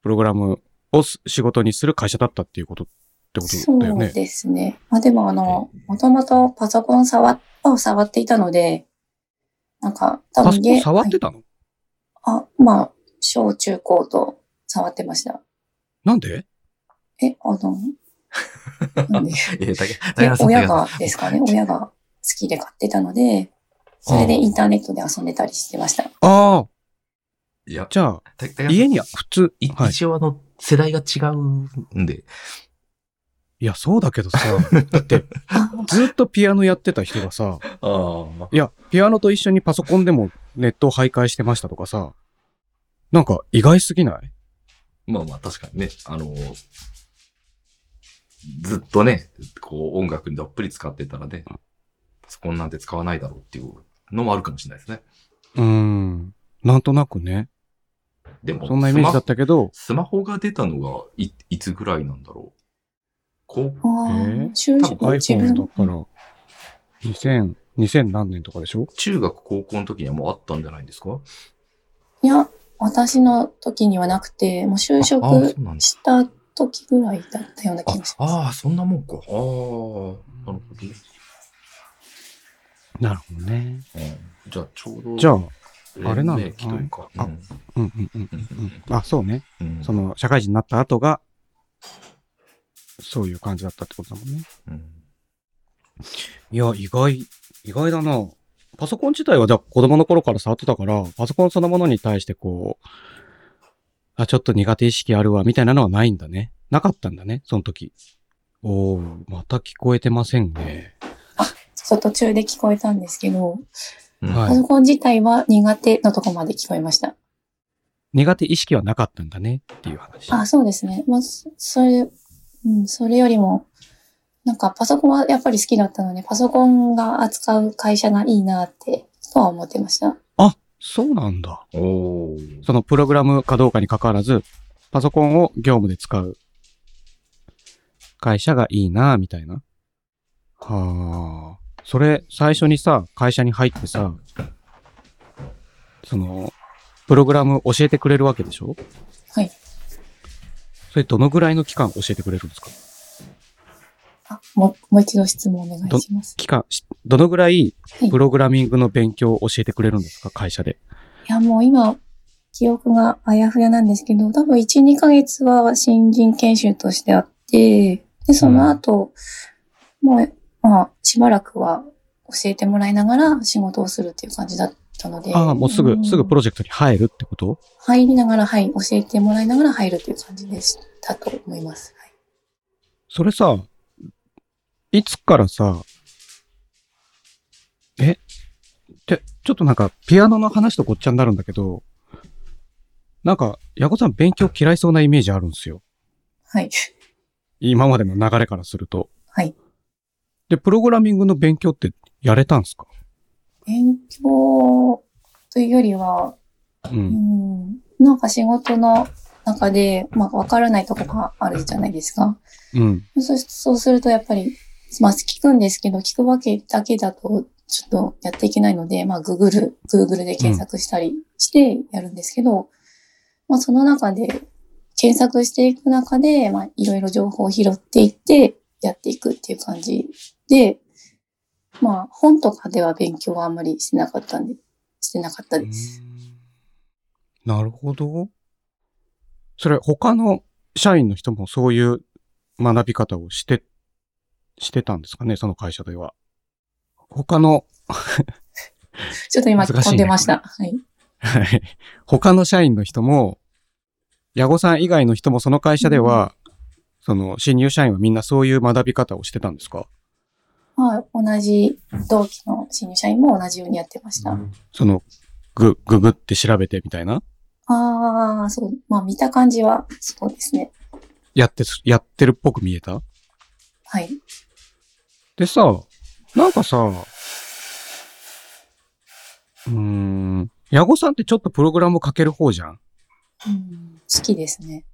Speaker 1: プログラムをす仕事にする会社だったっていうことってこと
Speaker 3: そ
Speaker 1: だよ
Speaker 3: う
Speaker 1: ね。
Speaker 3: ですね。まあでもあの
Speaker 2: ええ、
Speaker 3: もともとパソコン触を触っていたので、なんか、多
Speaker 1: パ
Speaker 3: 分
Speaker 1: ソコン
Speaker 3: ゲ
Speaker 1: 触ってたの、
Speaker 3: はいあ、まあ、小中高と触ってました。
Speaker 1: なんで
Speaker 3: え、あの、な
Speaker 2: [LAUGHS]
Speaker 3: んで
Speaker 2: え、だけ、だ
Speaker 3: え
Speaker 2: からさ
Speaker 3: 親がですかね、親が好きで買ってたので、それでインターネットで遊んでたりしてました。
Speaker 1: ああ、
Speaker 2: いや、
Speaker 1: じゃあ、
Speaker 2: だだから
Speaker 1: 家には普通、
Speaker 2: い
Speaker 1: はい。
Speaker 2: 一応あの、世代が違うんで。
Speaker 1: いや、そうだけ
Speaker 3: [LAUGHS]
Speaker 1: どさ、だって、
Speaker 3: あ
Speaker 1: ずっとピアノやってた人がさ、
Speaker 2: ああ。
Speaker 1: いや、ピアノと一緒にパソコンでもネットを徘徊してましたとかさ、なんか意外すぎない
Speaker 2: まあまあ、確かにね。あの、ずっとね、こう、音楽にどっぷり使ってたらね、パソコンなんて使わないだろうっていうのもあるかもしれないですね。
Speaker 1: うーん。なんとなくね。
Speaker 2: でも、
Speaker 1: そんなイメージだったけど、
Speaker 2: スマホが出たのがい、いつぐらいなんだろう。こう、
Speaker 3: あー
Speaker 1: えー
Speaker 3: 就
Speaker 2: 多
Speaker 3: 職自
Speaker 1: iPhone だ
Speaker 3: 分
Speaker 1: から、2000、2000何年とかでしょ
Speaker 2: 中学、高校の時にはもうあったんじゃないんですか
Speaker 3: いや、私の時にはなくて、もう就
Speaker 2: ああ、そ
Speaker 3: 職
Speaker 2: うなんだ。
Speaker 3: した時ぐらいだったような気がします。
Speaker 2: ああ、そんなもんか。ああ、なるほどね。
Speaker 1: なるほどね。
Speaker 2: うんじゃあ、ちょうど、
Speaker 1: じゃあ、
Speaker 2: あ、
Speaker 1: あれなんだ
Speaker 2: というか。
Speaker 1: あ
Speaker 2: うん
Speaker 1: うんうんうん
Speaker 2: う
Speaker 1: うんん。あ、そうね。
Speaker 2: うん
Speaker 1: その、社会人になった後が、そういう感じだったってことだもんね。
Speaker 2: うん
Speaker 1: いや、意外、意外だな。パソコン自体は、じゃあ子供の頃から触ってたから、パソコンそのものに対してこう、あ、ちょっと苦手意識あるわ、みたいなのはないんだね。なかったんだね、その時。おおまた聞こえてませんね。
Speaker 3: ちょっと途中で聞こえたんですけど、
Speaker 2: うん
Speaker 1: はい
Speaker 3: パソコン自体は苦手のとこまで聞こえました。
Speaker 1: 苦手意識はなかったんだね、っていう話。
Speaker 3: あ、そうですね。まあ、そそれ、うん、それよりも、なんかパソコンはやっぱり好きだったので、パソコンが扱う会社がいいなって、とは思ってました。
Speaker 1: あ、そうなんだ。
Speaker 2: おー
Speaker 1: そのプログラムかどうかに関わらず、パソコンを業務で使う会社がいいな、みたいな。はあ。それ、最初にさ、会社に入ってさ、その、プログラム教えてくれるわけでしょ
Speaker 3: はい。
Speaker 1: それどのぐらいの期間教えてくれるんですか
Speaker 3: あ、もう、もう一度質問お願いします。
Speaker 1: 期間、しどのぐらい
Speaker 3: はい
Speaker 1: プログラミングの勉強を教えてくれるんですか会社で。
Speaker 3: いや、もう今、記憶があやふやなんですけど、多分1、2ヶ月は新人研修としてあって、で、その後、もう、まあ、しばらくは教えてもらいながら仕事をするっていう感じだったので。
Speaker 1: ああ、もうすぐ、すぐプ
Speaker 3: ロ。
Speaker 1: ロジェクトに入るってこと
Speaker 3: 入りながら、はい、教えてもらいながら入るという感じでしたと思います。はい
Speaker 1: それさ、いつからさ、えって、ちょっとなんか、ピアノの話とごっちゃになるんだけど、なんか、ヤコさん勉強嫌いそうなイメージあるんですよ。
Speaker 3: はい。
Speaker 1: 今までの流れからすると。
Speaker 3: はい。
Speaker 1: で、プログラミングの勉強ってやれたんすか
Speaker 3: 勉強というよりは、
Speaker 1: う。
Speaker 3: うんん、なんか仕事の中で、まあ、わからないとこがあるじゃないですか。
Speaker 1: うん。
Speaker 3: そうそうすると、やっぱり、まあ、聞くんですけど、聞くわけだけだと、ちょっとやっていけないので、まあ、グーグル、グーグルで検索したりしてやるんですけど、まあ、その中で、検索していく中で、まあ、いろいろ情報を拾っていって、やっていくっていう感じで、まあ、本とかでは勉強はあんまりしてなかったんで、してなかったです。
Speaker 1: なるほど。それ、他の社員の人もそういう学び方をして、してたんですかね、その会社では。他の、 [LAUGHS]
Speaker 3: ちょっと今
Speaker 1: 難しいね
Speaker 3: 飛んでました。はい。
Speaker 1: はい他の社員の人も、矢後さん以外の人もその会社では、その新入社員はみんなそういう学び方をしてたんですか
Speaker 3: まあ、同じ同期の新入社員も同じようにやってました。
Speaker 1: その、ぐ、ぐぐって調べてみたいな
Speaker 3: ああ、そう。まあ、見た感じは、そうですね。
Speaker 1: やってす、やってるっぽく見えた
Speaker 3: はい。
Speaker 1: でさ、なんかさ、うーん、矢後さんってちょっとプログラムかける方じゃん
Speaker 3: うん、好きですね。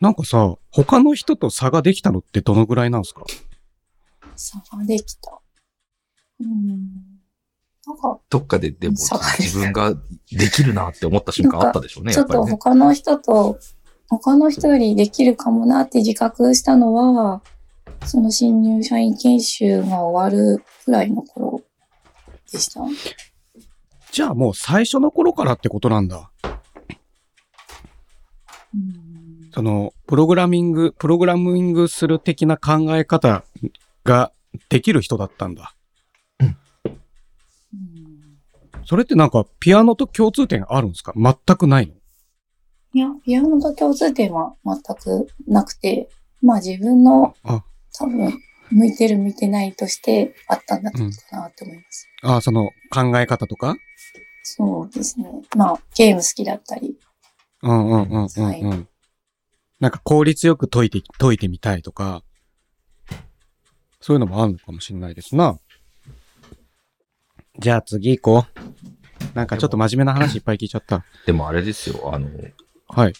Speaker 1: なんかさ、他の人と差ができたのってどのぐらいなんですか
Speaker 3: 差ができた。うん。なんか、
Speaker 2: どっかででも
Speaker 3: そう
Speaker 2: 自分ができるなって思った瞬間あったでしょうね、
Speaker 3: ちょ
Speaker 2: やっ
Speaker 3: っ
Speaker 2: ぱり
Speaker 3: と
Speaker 2: ね。
Speaker 3: 他の人と、他の人よりできるかもなって自覚したのは、その新入社員研修が終わるくらいの頃でした。
Speaker 1: じゃあもう最初の頃からってことなんだ。
Speaker 3: うん、
Speaker 1: その、プログラミング、プログラミングする的な考え方ができる人だったんだ。
Speaker 3: うん
Speaker 1: それってなんかピアノと共通点あるんですか全くないの
Speaker 3: いや、ピアノと共通点は全くなくて、まあ自分の
Speaker 1: あ
Speaker 3: 多分向いてる向いてないとしてあったんだったかなって思います。
Speaker 1: ああ、その考え方とか
Speaker 3: そうですね。まあゲーム好きだったり、
Speaker 1: うんうんうんうんうん。
Speaker 3: は
Speaker 1: なんか効率よく解いて、解いてみたいとか、そういうのもあるのかもしれないですな。じゃあ次行こう。なんかちょっと真面目な話いっぱい聞いちゃった。
Speaker 2: でもあれですよ、あの、
Speaker 1: はい。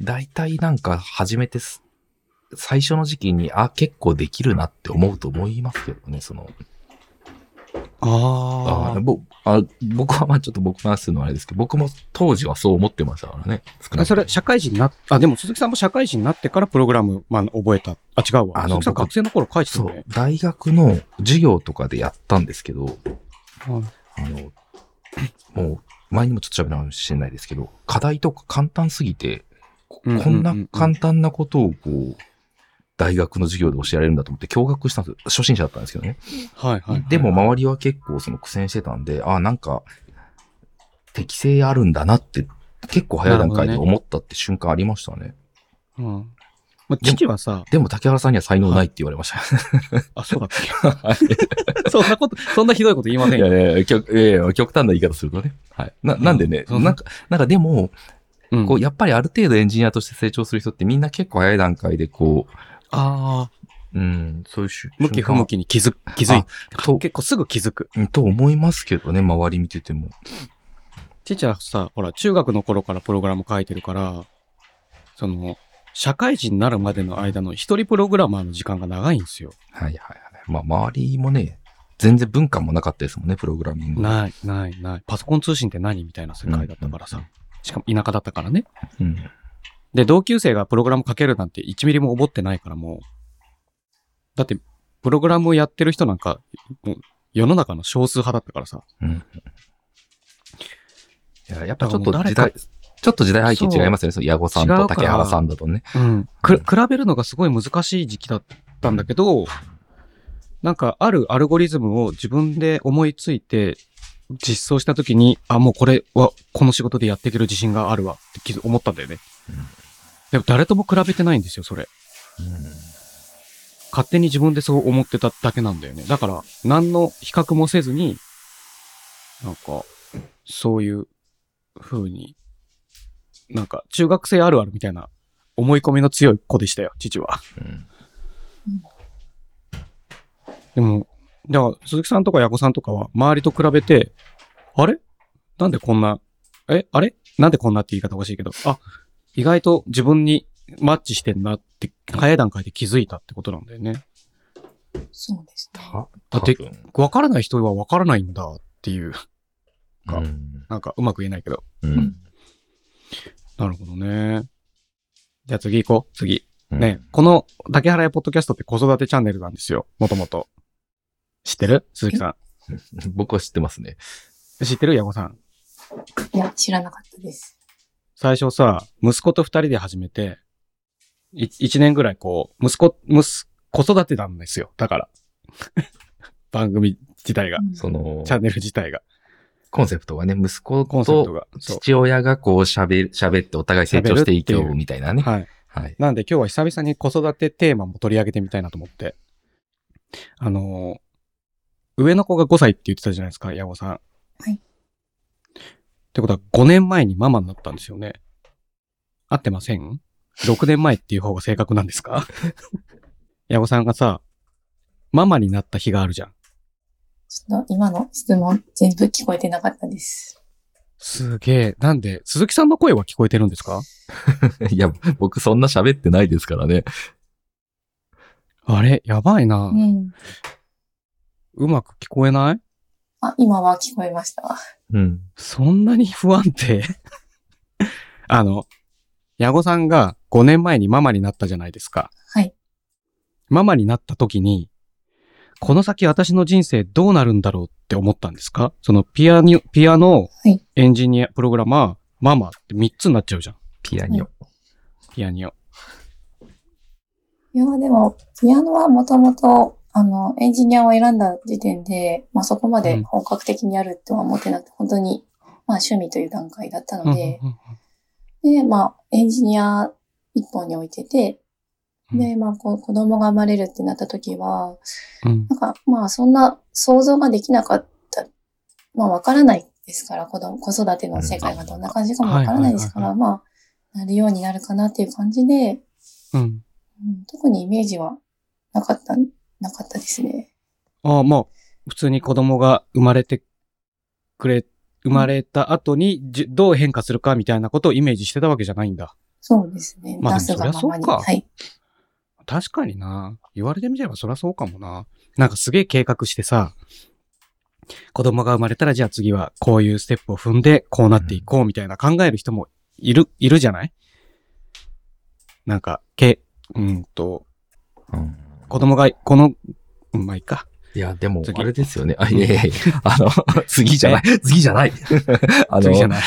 Speaker 2: 大体なんか初めてす、最初の時期に、あ、結構できるなって思うと思いますけどね、その、あ
Speaker 1: あ
Speaker 2: ぼあ僕はまあちょっと僕の話するのはあれですけど、僕も当時はそう思ってましたからね。少な
Speaker 1: あ。
Speaker 2: くと
Speaker 1: そ
Speaker 2: も
Speaker 1: れ、社会人になっ、あ、でも鈴木さんも社会人になってからプログラム、まあ、覚えた。あ、違うわ。
Speaker 2: あの
Speaker 1: 鈴木さん
Speaker 2: 僕
Speaker 1: 学生の頃書いてた
Speaker 2: そ
Speaker 1: よ
Speaker 2: う
Speaker 1: ね。、
Speaker 2: 大学の授業とかでやったんですけど、あの、もう前にもちょっと喋ったかもしれないですけど、課題とか簡単すぎて、こ
Speaker 1: うん
Speaker 2: こんな
Speaker 1: うんうん
Speaker 2: 簡単なことをこう、大学の授業で教えられるんだと思って驚愕したんですよ。初心者だったんですけどね。
Speaker 1: はいはいはい。
Speaker 2: でも周りは結構その苦戦してたんで、ああ、なんか、適性あるんだなって、結構早い段階で思ったって瞬間ありましたね。
Speaker 1: うん。まあ、父はさ、
Speaker 2: でも竹原さんには才能ないって言われました。
Speaker 1: あ、そうだ
Speaker 2: [LAUGHS]
Speaker 1: ったっけそんなこと、そんなひどいこと言いません
Speaker 2: い
Speaker 1: よ
Speaker 2: や。いや極いやいや極端な言い方するとね。はい。な、なんでね、
Speaker 1: うんそう
Speaker 2: なんか、なんかでも、
Speaker 1: うん
Speaker 2: こう、やっぱりある程度エンジニアとして成長する人ってみんな結構早い段階でこ
Speaker 1: ああ、
Speaker 2: う、うん、そういうし
Speaker 1: 向き不向きに気づく、気づい
Speaker 2: あと
Speaker 1: 結構すぐ気づく。
Speaker 2: うんと思いますけどね、周り見てても。
Speaker 1: 父はさ、ほら、中学の頃からプログラム書いてるから、その、社会人になるまでの間の一人プログラマーの時間が長いんですよ。
Speaker 2: はいはいはい。まあ、周りもね、全然文化もなかったですもんね、プログラミング。
Speaker 1: ない、ない、ない。パソコン通信って何みたいな世界だったからさ。しかも田舎だったからね。
Speaker 2: うん。
Speaker 1: で、同級生がプログラム書けるなんて1ミリも思ってないからもう。だって、プログラムをやってる人なんか、もう世の中の少数派だったからさ。
Speaker 2: いややっぱちょっと
Speaker 1: だからもう誰
Speaker 2: 時代、ちょっと時代背景違いますよね、そう矢後さん
Speaker 1: 違う
Speaker 2: と
Speaker 1: から
Speaker 2: 竹原さんだとね。
Speaker 1: うん。く、比べるのがすごい難しい時期だったんだけど、なんかあるアルゴリズムを自分で思いついて、実装した時に、あ、もうこれは、この仕事でやっていける自信があるわって気づ思ったんだよね。
Speaker 2: うん
Speaker 1: でも誰とも比べてないんですよ、それ。勝手に自分でそう思ってただけなんだよね。だから、何の比較もせずに、なんか、そういう風に、なんか、中学生あるあるみたいな思い込みの強い子でしたよ、父は。
Speaker 2: うん
Speaker 1: でも、だから、鈴木さんとか矢子さんとかは、周りと比べて、あれなんでこんな、え、あれなんでこんなって言い方おかしいけど、あ、意外と自分にマッチしてんなって、早い段階で気づいたってことなんだよね。
Speaker 3: そうですね。
Speaker 2: た
Speaker 1: だって
Speaker 2: 多分
Speaker 1: わからない人はわからないんだっていう、 [LAUGHS] か
Speaker 2: うん
Speaker 1: なんかうまく言えないけど。
Speaker 2: うん
Speaker 1: なるほどね。じゃあ次行こう、次。
Speaker 2: うん
Speaker 1: ね、この竹原屋ポッドキャストって子育てチャンネルなんですよ、もともと。知ってる鈴木さ
Speaker 2: 僕は知ってますね。
Speaker 1: ん。知ってる矢子さん。
Speaker 3: いや、知らなかったです。
Speaker 1: 最初さ、息子と二人で始めて、い一年ぐらいこう、息子、息、子育てなんですよ。だから。 [LAUGHS] 番組自体が、
Speaker 3: うん
Speaker 2: その
Speaker 1: チ、ャンネル自体が、
Speaker 2: コンセプトはね、息子
Speaker 1: コンセプト
Speaker 2: と
Speaker 1: が。そう。
Speaker 2: 父親がこう喋る、喋ってお互い成長していきよ
Speaker 1: 喋るっていう
Speaker 2: うみたいなね。
Speaker 1: はい。
Speaker 2: はい。 [LAUGHS]
Speaker 1: なんで今日は久々に子育てテーマも取り上げてみたいなと思って。あのー上の子が5歳って言ってたじゃないですか、矢後さん。はいってことは5年前にママになったんですよね。合ってません ?6 年前っていう方が正確なんですか [LAUGHS] 矢後さんがさ、ママになった日があるじゃん。
Speaker 3: ちょっと今の質問全部聞こえてなかったです。
Speaker 1: すげえ。なんで、鈴木さんの声は聞こえてるんですか
Speaker 2: いや、僕そんな喋ってないですからね。
Speaker 1: あれ、やばいな。う
Speaker 3: うん。
Speaker 1: まく聞こえない
Speaker 3: あ、今は聞こえました。
Speaker 2: うん。
Speaker 1: そんなに不安定 [LAUGHS] あの、矢後さんが5年前にママになったじゃないですか。
Speaker 3: はい。
Speaker 1: ママになった時に、この先私の人生どうなるんだろうって思ったんですかそのピアニピアノ
Speaker 3: はい、
Speaker 1: エンジニア、プログラマー、ママって3つになっちゃうじゃん。
Speaker 2: ピアニオ。
Speaker 1: ピアニオ。
Speaker 3: いや、でも、ピアノはもともと、あの、エンジニアを選んだ時点で、まあそこまで本格的にやるとは思ってなくて、本当に、まあ趣味という段階だったので、
Speaker 1: うんうん
Speaker 3: で、まあ、エンジニア一本に置いてて、
Speaker 1: うん
Speaker 3: で、まあ、こう子供が生まれるってなった時は、
Speaker 1: うんうん
Speaker 3: なんか、まあ、そんな想像ができなかった。まあ、わからないですから、子供、子育ての世界がどんな感じかもわからないですか
Speaker 1: は
Speaker 3: ら、まあ、なるようになるかなっていう感じで、
Speaker 1: うん。
Speaker 3: うん特にイメージはなかった、なかったですね。
Speaker 1: ああ、もう、普通に子供が生まれてくれ、生まれた後にじどう変化するかみたいなことをイメージしてたわけじゃないんだ。
Speaker 3: そうですね。
Speaker 1: まあ
Speaker 3: 出すがままに。
Speaker 1: でもそりゃそうか
Speaker 3: はい。
Speaker 1: 確かにな。言われてみればそりゃそうかもな。なんかすげえ計画してさ、子供が生まれたらじゃあ次はこういうステップを踏んでこうなっていこうみたいな考える人もいる、いるじゃないなんか、け、うんと、
Speaker 2: うん
Speaker 1: 子供がこの、うんまあいいか。
Speaker 2: いや、でも、
Speaker 1: 次
Speaker 2: あれですよね。あ、いやいやいや、あの、 [LAUGHS] 次じゃない。次じ
Speaker 1: [LAUGHS]
Speaker 2: ゃない。あ
Speaker 1: 次じゃ
Speaker 2: の、
Speaker 1: ない。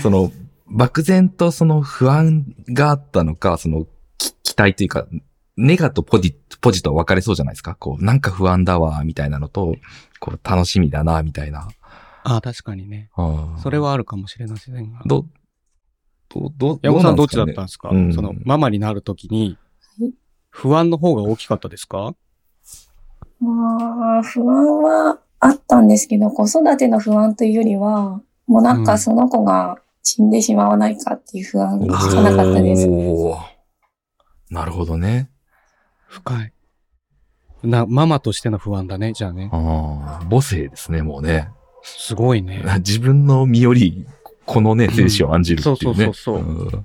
Speaker 2: その、漠然とその不安があったのか、その、き期待というか、ネガとポジ、ポジと分かれそうじゃないですか。こう、なんか不安だわ、みたいなのと、こう、楽しみだな、みたいな。
Speaker 1: ああ、確かにね。
Speaker 2: うん
Speaker 1: それ、はあるかもしれませんが。
Speaker 2: ど、ど、ど、
Speaker 1: 山本さんど
Speaker 2: な
Speaker 1: っ
Speaker 2: す
Speaker 1: ち
Speaker 2: か
Speaker 1: だっ
Speaker 2: ね
Speaker 1: たんですか、
Speaker 2: うん
Speaker 1: その、ママになるときに、不安の方が大きかったですか
Speaker 3: まあ、不安はあったんですけど、子育ての不安というよりは、もうなん
Speaker 1: う
Speaker 3: か
Speaker 1: ん
Speaker 3: その子が死んでしまわないかっていう不安しかなかったです。
Speaker 2: おーなるほどね。
Speaker 1: 深い。な、ママとしての不安だね、じゃあね。
Speaker 2: ああ、母性ですね、もうね。 [LAUGHS]
Speaker 1: すごいね。
Speaker 2: 自分の身より、このね、精子を案じるっていうね。
Speaker 1: うんそうそうそ
Speaker 2: うん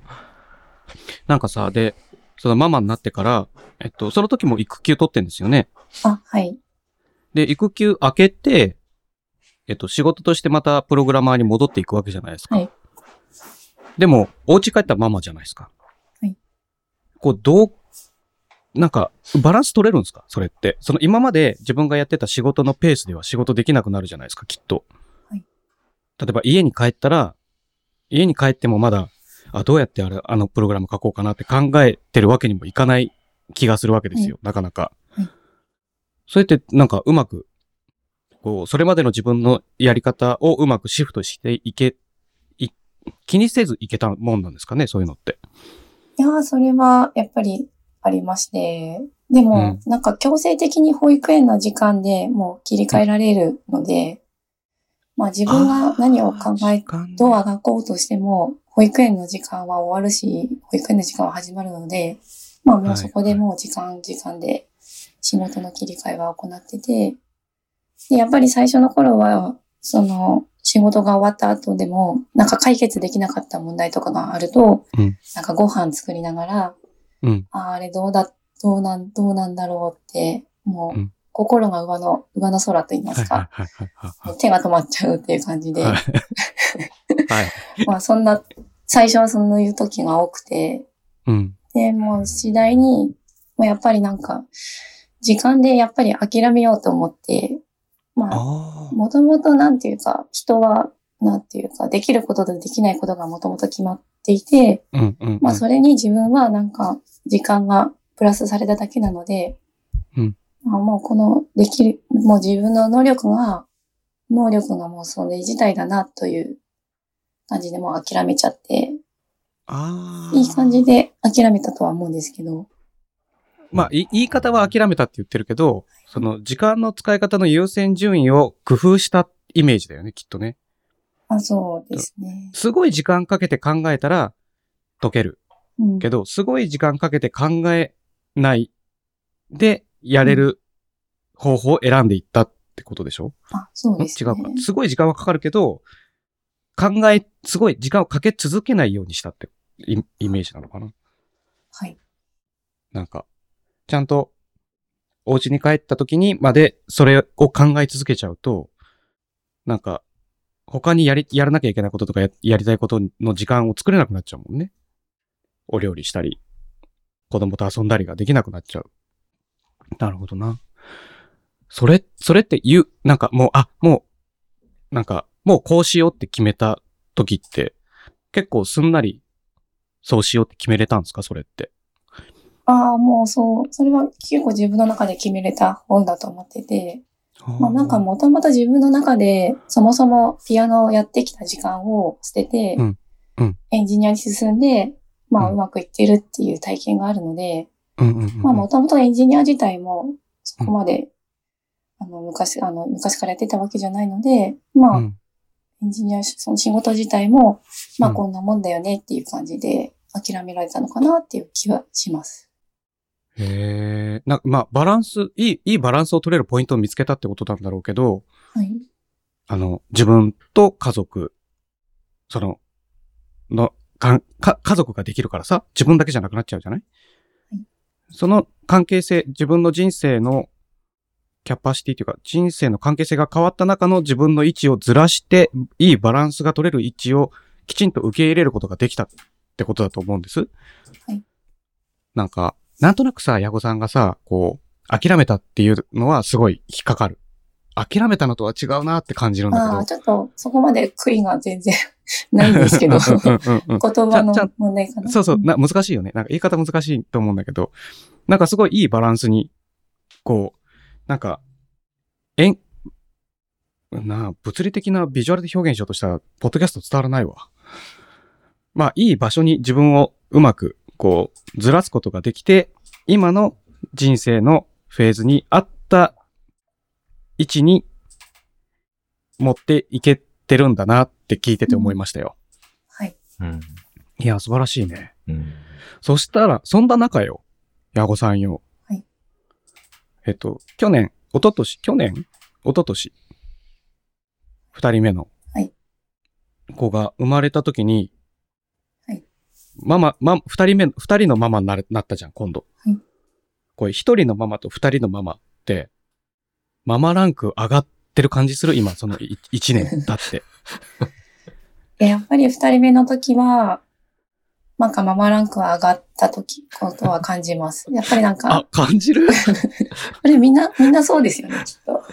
Speaker 1: なんかさ、で、そのママになってから、えっと、その時も育休取ってんですよね。
Speaker 3: あ、はい。
Speaker 1: で、育休明けて、えっと、仕事としてまたプログラマーに戻っていくわけじゃないですか。
Speaker 3: はい
Speaker 1: でも、お家帰ったらママじゃないですか。
Speaker 3: はい
Speaker 1: こう、どう、なんか、バランス取れるんですかそれって。その今まで自分がやってた仕事のペースでは仕事できなくなるじゃないですか、きっと。
Speaker 3: はい
Speaker 1: 例えば家に帰ったら、家に帰ってもまだ、あ、どうやってあれ、あのプログラム書こうかなって考えてるわけにもいかない気がするわけですよ、なかなか。
Speaker 3: はい
Speaker 1: それってなんかうまくこう、それまでの自分のやり方をうまくシフトしていけ、い気にせずいけたもんなんですかね、そういうのって。
Speaker 3: いやー、それはやっぱりありまして、でも、なんか強制的に保育園の時間でもう切り替えられるので、まあ自分が何を考えどうあがこうとしても、保育園の時間は終わるし、保育園の時間は始まるので、まあもうそこでもう時間時間で仕事の切り替えは行ってて、で、やっぱり最初の頃は、その、仕事が終わった後でも、なんか解決できなかった問題とかがあると、
Speaker 1: うん
Speaker 3: なんかご飯作りながら、
Speaker 1: うん。
Speaker 3: あーあれどうだ、どうなん、どうなんだろうって、もう、
Speaker 1: うん
Speaker 3: 心が上の、上の空と言いますか、
Speaker 1: はいはいはい
Speaker 3: 手が止まっちゃうっていう感じで、
Speaker 1: はいはい。はい。
Speaker 3: [LAUGHS] まあそんな、最初はそういう時が多くて、
Speaker 1: うん。
Speaker 3: で、もう次第に、もうやっぱりなんか、時間でやっぱり諦めようと思って、まあ、
Speaker 1: あ
Speaker 3: もともとなんていうか、人は、なんていうか、できることとできないことがもともと決まっていて、
Speaker 1: あ。うんうん。
Speaker 3: まあそれに自分はなんか、時間がプラスされただけなので、
Speaker 1: うん
Speaker 3: まあもうこの、できる、もう自分の能力が、能力がもうそれ自体だなという感じでもう諦めちゃって、
Speaker 1: あー
Speaker 3: いい感じ。で諦めたとは思うんですけど。
Speaker 1: まあ、い言い方は諦めたって言ってるけど、その時間の使い方の優先順位を工夫したイメージだよね、きっとね。
Speaker 3: あ、そうですね。
Speaker 1: すごい時間かけて考えたら解ける
Speaker 3: うん。
Speaker 1: けど、すごい時間かけて考えないでやれる方法を選んでいったってことでしょ、
Speaker 3: あ、そうです
Speaker 1: 違
Speaker 3: ね。
Speaker 1: うか。すごい時間はかかるけど、考え、すごい時間をかけ続けないようにしたってイイメージなのかな
Speaker 3: はい。
Speaker 1: なんか、ちゃんと、お家に帰った時にまで、それを考え続けちゃうと、なんか、他にやり、やらなきゃいけないこととかや、やりたいことの時間を作れなくなっちゃうもんね。お料理したり、子供と遊んだりができなくなっちゃう。なるほどな。それ、それって言う、なんかもう、あ、もう、なんか、もうこうしようって決めた時って、結構すんなり、そうしようって決めれたんですかそれって。
Speaker 3: ああ、もうそう、それは結構自分の中で決めれた本だと思ってて、まあなんかもともと自分の中で、そもそもピアノをやってきた時間を捨てて、
Speaker 1: うんうん
Speaker 3: エンジニアに進んで、まあ
Speaker 1: う
Speaker 3: うんまくいってるっていう体験があるので、
Speaker 1: うんうんうん
Speaker 3: まあもともとエンジニア自体もそこまで、あの昔、あの昔からやってたわけじゃないので、まあ、
Speaker 1: うん
Speaker 3: エンジニア、その仕事自体も、まあ
Speaker 1: うん
Speaker 3: こんなもんだよねっていう感じで諦められたのかなっていう気はします。
Speaker 1: へえ。なんかまあ、バランス、いい、いいバランスを取れるポイントを見つけたってことなんだろうけど、
Speaker 3: はい。
Speaker 1: あの、自分と家族、その、の、かん、か、家族ができるからさ、自分だけじゃなくなっちゃうじゃない、
Speaker 3: はい
Speaker 1: その関係性、自分の人生のキャパシティというか、人生の関係性が変わった中の自分の位置をずらして、いいバランスが取れる位置をきちんと受け入れることができたってことだと思うんです。
Speaker 3: はい
Speaker 1: なんか、なんとなくさ、矢後さんがさ、こう、諦めたっていうのはすごい引っかかる。諦めたのとは違うなって感じるんだけど
Speaker 3: ああ、。ちょっとそこまで悔いが全然 [LAUGHS] ないんですけ
Speaker 1: う
Speaker 3: ど、
Speaker 1: ん
Speaker 3: 言
Speaker 1: うんうんうん
Speaker 3: 葉の
Speaker 1: ちゃん
Speaker 3: 問題かな。
Speaker 1: そうそう、な、難しいよね。なんか言い方難しいと思うんだけど、なんかすごいいいバランスに、こう、なんか、えん、なあ、物理的なビジュアルで表現しようとしたら、ポッドキャスト伝わらないわ。まあ、いい場所に自分をうまく、こう、ずらすことができて、今の人生のフェーズに合った位置に持っていけてるんだなって聞いてて思いましたよ。
Speaker 3: はい。
Speaker 2: うん。
Speaker 1: いや、素晴らしいね。
Speaker 2: うん。
Speaker 1: そしたら、そんな中よ、矢後さんよ。
Speaker 3: はい
Speaker 1: えっと、去年、一昨年去年一昨年二人目の
Speaker 3: はい
Speaker 1: 子が生まれた時に、
Speaker 3: はい
Speaker 1: ママ、ママ、二人目の、二人のママになるなったじゃん、今度。
Speaker 3: はい
Speaker 1: これ、一人のママと二人のママって、ママランク上がってる感じする今、そのい一年経って。
Speaker 3: [LAUGHS] でやっぱり二人目の時は、なんかママランクは上がった時、ことは感じます。やっぱりなん
Speaker 1: あ
Speaker 3: か、、
Speaker 1: 感じる
Speaker 3: これみんな、みんなそうですよね、きっと。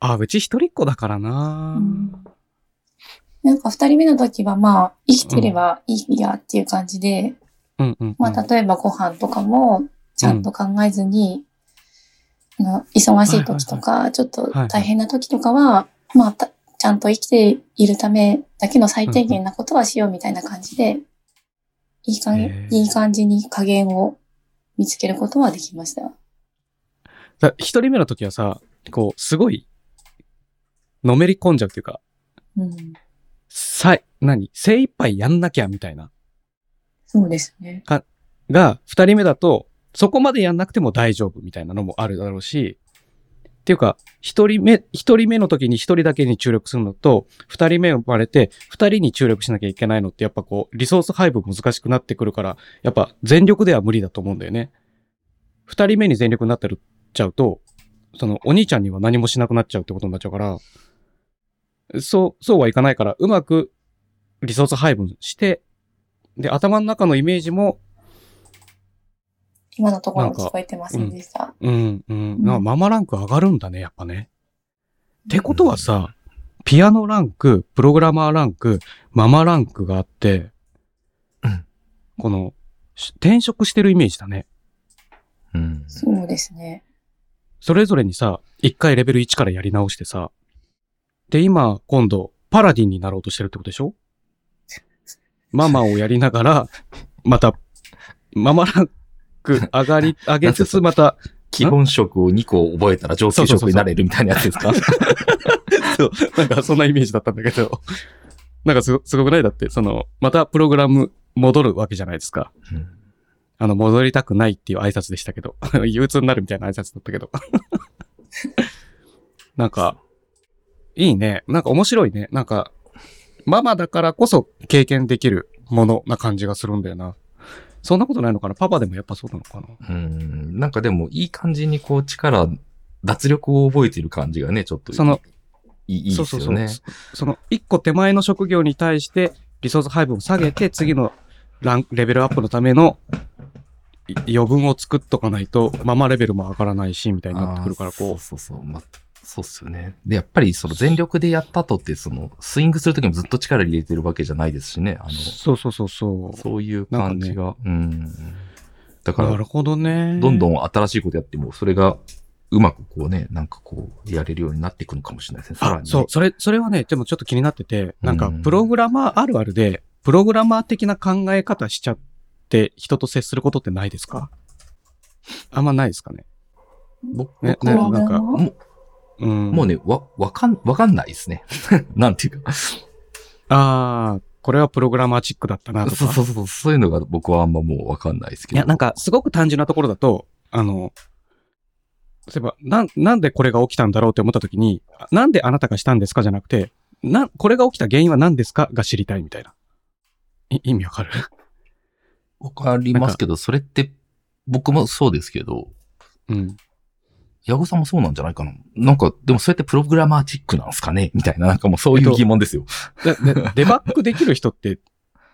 Speaker 1: あ、うち一人っ子だからな、
Speaker 3: なんか二人目の時はまあ、生きてればいいやっていう感じで、
Speaker 1: うんうんうん。
Speaker 3: まあ、例えばご飯とかもちゃんと考えずに、あの、忙しい時とか、ちょっと大変な時とかは、まあ、たちゃんと生きているためだけの最低限なことはしようみたいな感じで、いいかん
Speaker 1: へー
Speaker 3: いい感じに加減を見つけることはできました。
Speaker 1: だ一人目の時はさ、こう、すごい、のめり込んじゃうっていうか、
Speaker 3: うん。
Speaker 1: さい、何精一杯やんなきゃみたいな。
Speaker 3: そうですね。
Speaker 1: が、二人目だと、そこまでやんなくても大丈夫みたいなのもあるだろうし、っていうか、一人目、一人目の時に一人だけに注力するのと、二人目生まれて、二人に注力しなきゃいけないのって、やっぱこう、リソース配分難しくなってくるから、やっぱ全力では無理だと思うんだよね。二人目に全力になってるちゃうと、その、お兄ちゃんには何もしなくなっちゃうってことになっちゃうから、そう、そうはいかないから、うまくリソース配分して、で、頭の中のイメージも
Speaker 3: 今のところ
Speaker 1: なんか
Speaker 3: 聞こえてませんでした。
Speaker 1: うん、うん。
Speaker 3: ん
Speaker 1: なんかママランク上がるんだね、やっぱね。ってことはさ、ピアノランク、プログラマーランク、ママランクがあって、
Speaker 2: うん
Speaker 1: この、し転職してるイメージだね。
Speaker 2: うん。
Speaker 3: そうですね。
Speaker 1: それぞれにさ、一回レベル1からやり直してさ、で、今、今度、パラディンになろうとしてるってことでしょママをやりながら、また、ママランク上がり、上げつつ、また、
Speaker 2: 基本職を2個覚えたら上級職になれるみたいなやつですか
Speaker 1: そう、なんかそんなイメージだったんだけど、なんかすごすごくないだって、その、またプログラム戻るわけじゃないですか。
Speaker 2: うん
Speaker 1: あの、戻りたくないっていう挨拶でしたけど、 [LAUGHS] 憂鬱になるみたいな挨拶だったけど。 [LAUGHS] なんか、いいね。なんか面白いね。なんか、ママだからこそ経験できるものな感じがするんだよな。そんなことないのかなパパでもやっぱそうなのかな
Speaker 2: うん。なんかでも、いい感じにこう力、脱力を覚えてる感じがね、ちょっといい。
Speaker 1: その
Speaker 2: いい、いいですよね。
Speaker 1: そうそうそう。その一個手前の職業に対してリソース配分を下げて、次のランレベルアップのためのい余分を作っとかないと、ママレベルも上がらないし、みたいになってくるから、
Speaker 2: あー
Speaker 1: こ
Speaker 2: そうそうそう。まあそうっすよね。で、やっぱりその全力でやった後って、その、スイングするときもずっと力入れてるわけじゃないですしね。あ
Speaker 1: う。
Speaker 2: の、
Speaker 1: そうそうそうそう。
Speaker 2: そういう感じが。うん。だか
Speaker 1: な
Speaker 2: ら
Speaker 1: る、ほどね。
Speaker 2: どんど
Speaker 1: ん。
Speaker 2: ん新しいことやっても、それが、うまくこうね、なんかこう、やれるようになっていくのかもしれないですね。さ
Speaker 1: あ
Speaker 2: らに、ね。
Speaker 1: そう、それ、それはね、でもちょっと気になってて、なんか
Speaker 2: う、ん
Speaker 1: プログラマーあるあるで、プログラマー的な考え方しちゃって、人と接することってないですかあんまないですかね。
Speaker 2: 僕
Speaker 1: ね、
Speaker 2: 僕
Speaker 1: ね
Speaker 2: は、
Speaker 1: なんか、
Speaker 3: も
Speaker 2: も
Speaker 1: うん。
Speaker 2: もうね、わ、わかん、わかんないですね。 [LAUGHS] なんていうか。
Speaker 1: ああ、これはプログラマーチックだったなとか。
Speaker 2: そうそうそう、そういうのが僕はあんまもうわかんないですけ
Speaker 1: い
Speaker 2: ど。
Speaker 1: や、なんかすごく単純なところだと、あの、例えば、なん、なんでこれが起きたんだろうって思った時に、あなんであなたがしたんですかじゃなくて、な、これが起きた原因は何ですかが知りたいみたいな。い意味わかる
Speaker 2: わかりますけど、それって、僕もそうですけど、
Speaker 1: うん。
Speaker 2: ヤゴさんもそうなんじゃないかな。なんか、でもそれってプログラマーチックなんすかねみたいな、なんかもうそう
Speaker 1: え
Speaker 2: い
Speaker 1: っ
Speaker 2: う
Speaker 1: と
Speaker 2: 疑問ですよ。
Speaker 1: ででデバッグできる人って、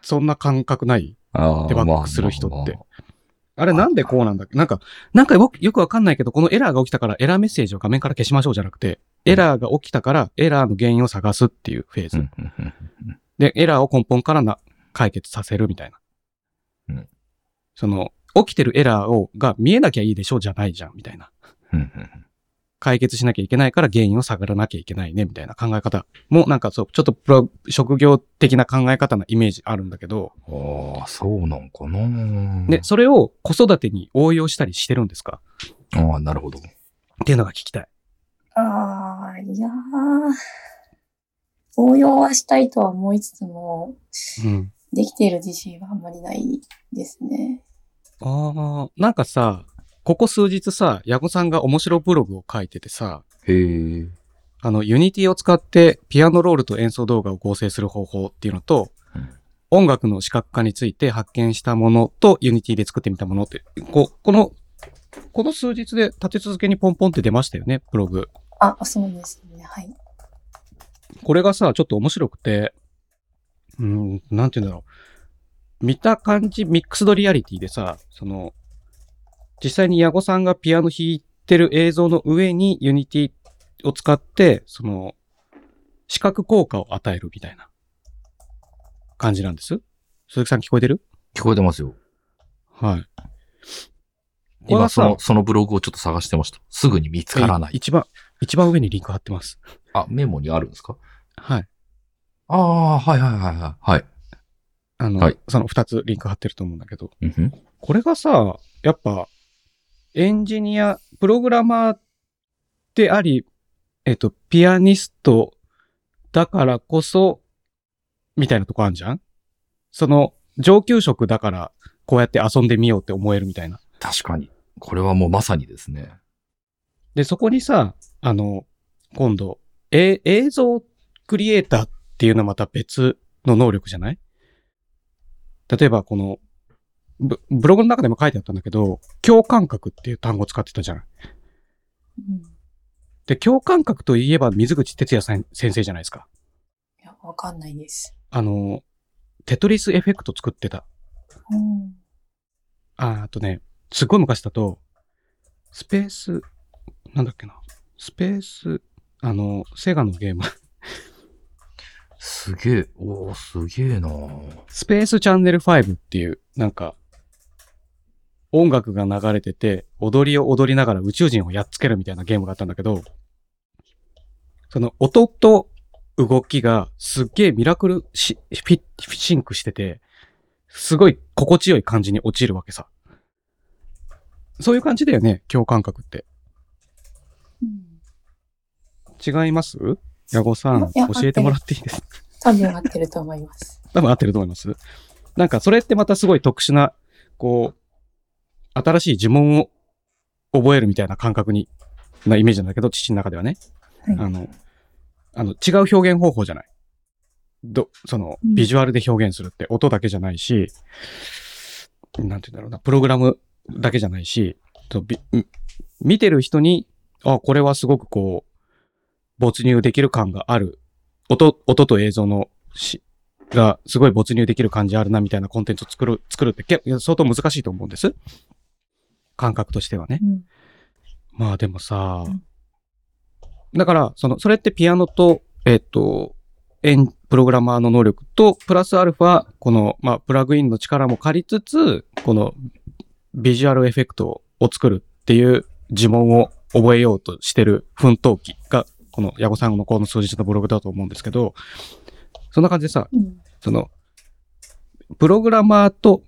Speaker 1: そんな感覚ない
Speaker 2: あー
Speaker 1: デバッグする人って
Speaker 2: まあまあま
Speaker 1: あれなんでこうなんだっけなんか、なんかよよくわかんないけど、このエラーが起きたからエラーメッセージを画面から消しましょうじゃなくて、エラーが起きたからエラーの原因を探すっていうフェーズ。
Speaker 2: あうんうんうん
Speaker 1: で、エラーを根本からな解決させるみたいな。
Speaker 2: うん
Speaker 1: その、起きてるエラーを、が見えなきゃいいでしょじゃないじゃん、みたいな。
Speaker 2: うんうんうん
Speaker 1: 解決しなきゃいけないから原因を探らなきゃいけないね、みたいな考え方も、なんかそう、ちょっとプロ、職業的な考え方なイメージあるんだけど、
Speaker 2: ああ、そうなんかな。
Speaker 1: で、それを子育てに応用したりしてるんですか
Speaker 2: ああ、なるほど。
Speaker 1: っていうのが聞きたい。
Speaker 3: ああ、いやー。応用はしたいとは思いつつも、
Speaker 1: うん。
Speaker 3: できている自信はあんまりないですね。
Speaker 1: ああ、なんかさ、ここ数日さ、矢後さんが面白ブログを書いててさ、
Speaker 2: へえ。
Speaker 1: あの、ユニティを使ってピアノロールと演奏動画を合成する方法っていうのと、
Speaker 2: うん
Speaker 1: 音楽の視覚化について発見したものとユニティで作ってみたものって、こうこの、この数日で立て続けにポンポンって出ましたよね、ブログ。
Speaker 3: あ、そうですね。はい。
Speaker 1: これがさ、ちょっと面白くて、うーん、なんて言うんだろう。見た感じ、ミックスドリアリティでさ、その、実際に矢後さんがピアノ弾いてる映像の上にユニティを使って、その、視覚効果を与えるみたいな感じなんです。鈴木さん聞こえてる
Speaker 2: 聞こえてますよ。
Speaker 1: はい。これ
Speaker 2: 今
Speaker 1: は
Speaker 2: そ
Speaker 1: さ
Speaker 2: の、そのブログをちょっと探してました。すぐに見つからない。
Speaker 1: 一番、一番上にリンク貼ってます。
Speaker 2: あ、メモにあるんですか
Speaker 1: はい。
Speaker 2: ああ、はいはいはいはい。はい。
Speaker 1: あの、
Speaker 2: はい
Speaker 1: その二つリンク貼ってると思うんだけど、
Speaker 2: うんふん
Speaker 1: これがさ、やっぱ、エンジニア、プログラマーであり、えっと、ピアニストだからこそ、みたいなとこあんじゃんその、上級職だから、こうやって遊んでみようって思えるみたいな。
Speaker 2: 確かに。これはもうまさにですね。
Speaker 1: で、そこにさ、あの、今度、え、映像クリエイターっていうのはまた別の能力じゃない例えば、この、ブブログの中でも書いてあったんだけど、共感覚っていう単語を使ってたじゃん。
Speaker 3: うん。い
Speaker 1: で、共感覚といえば水口哲也さん先生じゃないですか。
Speaker 3: や、わかんないです。
Speaker 1: あの、テトリスエフェクト作ってた。
Speaker 3: うん。
Speaker 1: ああとね、すっごい昔だと、スペース、なんだっけな。スペース、あの、セガのゲーム、
Speaker 2: すげえ。おおすげえな
Speaker 1: スペースチャンネル5っていう、なんか、音楽が流れてて、踊りを踊りながら宇宙人をやっつけるみたいなゲームがあったんだけど、その音と動きがすっげえミラクルしフィフィシンクしてて、すごい心地よい感じに落ちるわけさ。そういう感じだよね、共感覚って。
Speaker 3: うん、
Speaker 1: 違います矢後さん、
Speaker 3: いや
Speaker 1: 教えてもらっていいですか
Speaker 3: 多分合ってると思います。
Speaker 1: 多分合ってると思います。なんかそれってまたすごい特殊な、こう、新しい呪文を覚えるみたいな感覚に、なイメージなんだけど、父の中ではね。
Speaker 3: はい
Speaker 1: あの、あの、違う表現方法じゃない。ど、その、
Speaker 3: うん
Speaker 1: ビジュアルで表現するって音だけじゃないし、なんて言うんだろうな、プログラムだけじゃないし、そうびん見てる人に、あ、これはすごくこう、没入できる感がある。音、音と映像のし、がすごい没入できる感じあるなみたいなコンテンツを作る、作るってけ相当難しいと思うんです。感覚としてはね。
Speaker 3: [LAUGHS] うん。
Speaker 1: まあでもさ
Speaker 3: うん、
Speaker 1: だから、その、それってピアノと、えっと、エン、プログラマーの能力と、プラスアルファ、この、まあ、プラグインの力も借りつつ、この、ビジュアルエフェクトを作るっていう呪文を覚えようとしてる奮闘期が、この、矢後さんのこの数日のブログだと思うんですけど、そんな感じでさ、
Speaker 3: うん。
Speaker 1: その、プログラマーと、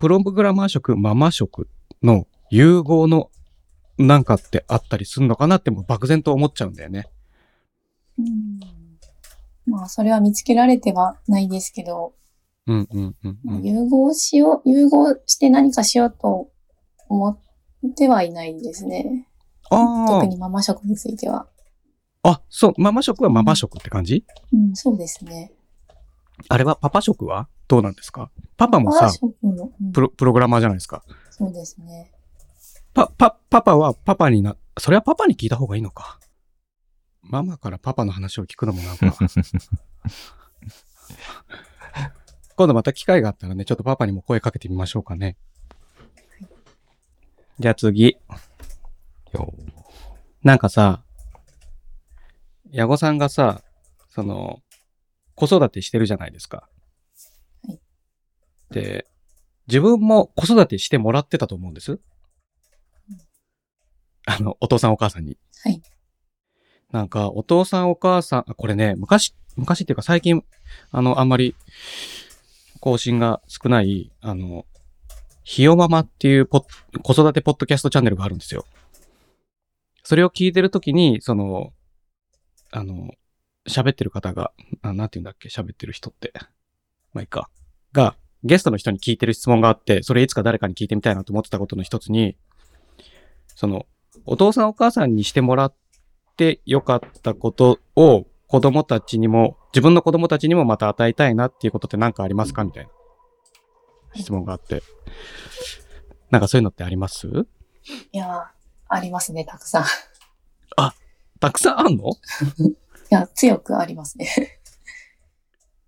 Speaker 1: プログラマー職、ママ職の融合のなんかってあったりするのかなってもう漠然と思っちゃうんだよね。
Speaker 3: うん、まあ、それは見つけられてはないですけど、
Speaker 1: うんうんうん、
Speaker 3: ま
Speaker 1: う
Speaker 3: あ
Speaker 1: ん。
Speaker 3: 融合しよう、融合して何かしようと思ってはいないですね。
Speaker 1: あ
Speaker 3: 特にママ食については。
Speaker 1: あ、あ、そう、ママ職はママ職って感じ
Speaker 3: うん、そうですね。
Speaker 1: あれはパパ職はどうなんですかパパも
Speaker 3: ママ
Speaker 1: さ、
Speaker 3: 食も、うん
Speaker 1: プロ、プログラマーじゃないですか。
Speaker 3: そうですね。
Speaker 1: パ、パ、パパはパパにな、それはパパに聞いた方がいいのか。ママからパパの話を聞くのもなんか。今度また機会があったらね、ちょっとパパにも声かけてみましょうかね。じゃあ次。
Speaker 2: よ
Speaker 1: なんかさ、矢後さんがさ、その、子育てしてるじゃないですか。
Speaker 3: はい
Speaker 1: で、自分も子育てしてもらってたと思うんです。あの、お父さんお母さんに。
Speaker 3: はい。
Speaker 1: なんか、お父さんお母さん、あこれね、昔、昔っていうか最近、あの、あんまり、更新が少ない、あの、ひよママっていうポッ子育てポッドキャストチャンネルがあるんですよ。それを聞いてるときに、その、あの、喋ってる方が、あなんて言うんだっけ、喋ってる人って。まあ、いいか。が、ゲストの人に聞いてる質問があって、それいつか誰かに聞いてみたいなと思ってたことの一つに、その、お父さんお母さんにしてもらってよかったことを子供たちにも、自分の子供たちにもまた与えたいなっていうことって何かありますかみたいな質問があって。なんかそういうのってあります
Speaker 3: いやー、ありますね、たくさん。い
Speaker 1: たくさんあんの
Speaker 3: や、強くありますね。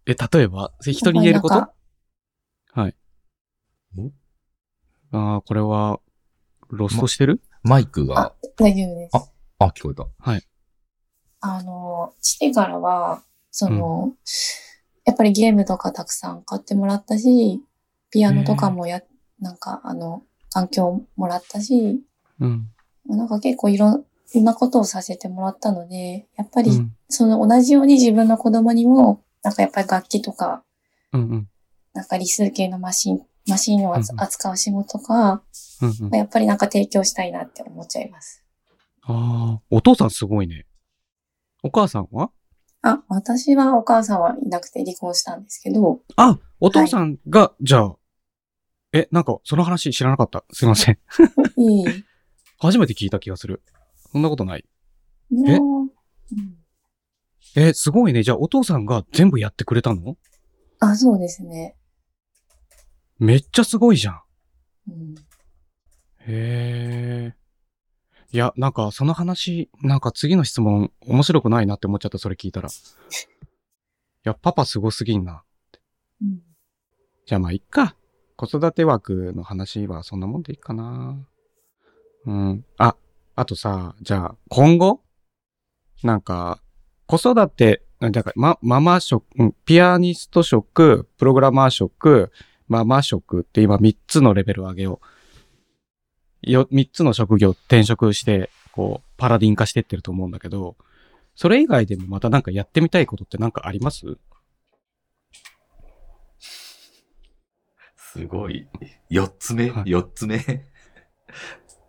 Speaker 1: え、例えば、それ人に言えること
Speaker 3: やっぱ
Speaker 1: ああ、これは、ロストしてる、
Speaker 2: マイクが、
Speaker 3: りなんか大丈夫です。
Speaker 2: あ、聞こえた。
Speaker 3: あの、父からは、その、やっぱりゲームとかたくさん買ってもらったし、ピアノとかもや、なんかあの、環境をもらったし、
Speaker 1: うん。
Speaker 3: なんか結構いろんいろんなことをさせてもらったので、やっぱ
Speaker 1: う
Speaker 3: り
Speaker 1: ん。
Speaker 3: その同じように自分の子供にも、なんかやっぱり楽器とか、
Speaker 1: うん。うん。
Speaker 3: なんか理数系のマシン、マシンを扱
Speaker 1: うんうん
Speaker 3: 扱う仕事が、
Speaker 1: うん。
Speaker 3: やっぱりなんか提供したいなって思っちゃいます。
Speaker 1: ああ、お父さんすごいね。お母さんは
Speaker 3: あ、私はお母さんはいなくて離婚したんですけ
Speaker 1: [LAUGHS]
Speaker 3: ど、
Speaker 1: あ、お父さんが、じゃあ、え、なんか、その話知らなかった。すいません。
Speaker 3: いい。
Speaker 1: 初めて聞いた気がする。そんなことない。
Speaker 3: いやーうん
Speaker 1: え、すごいね。じゃあ、お父さんが全部やってくれたの
Speaker 3: あ、そうですね。
Speaker 1: めっちゃすごいじゃん。
Speaker 3: うん
Speaker 1: へえ。いや、なんか、その話、なんか次の質問、面白くないなって思っちゃった、それ聞いたら。いや、パパすごすぎんな。
Speaker 3: うん
Speaker 1: じゃあまあ、いっか。子育て枠の話はそんなもんでいいかな。うん。あ、あとさ、じゃあ、今後なんか、子育て、なんだから、ま、ママ職、うんピアニスト職、プログラマー職、ママ職って今3つのレベル上げよう。よ、3つの職業転職して、こう、パラディン化してってると思うんだけど、それ以外でもまたなんかやってみたいことってなんかあります
Speaker 2: すごい。四つ目
Speaker 1: はい
Speaker 2: 四つ目。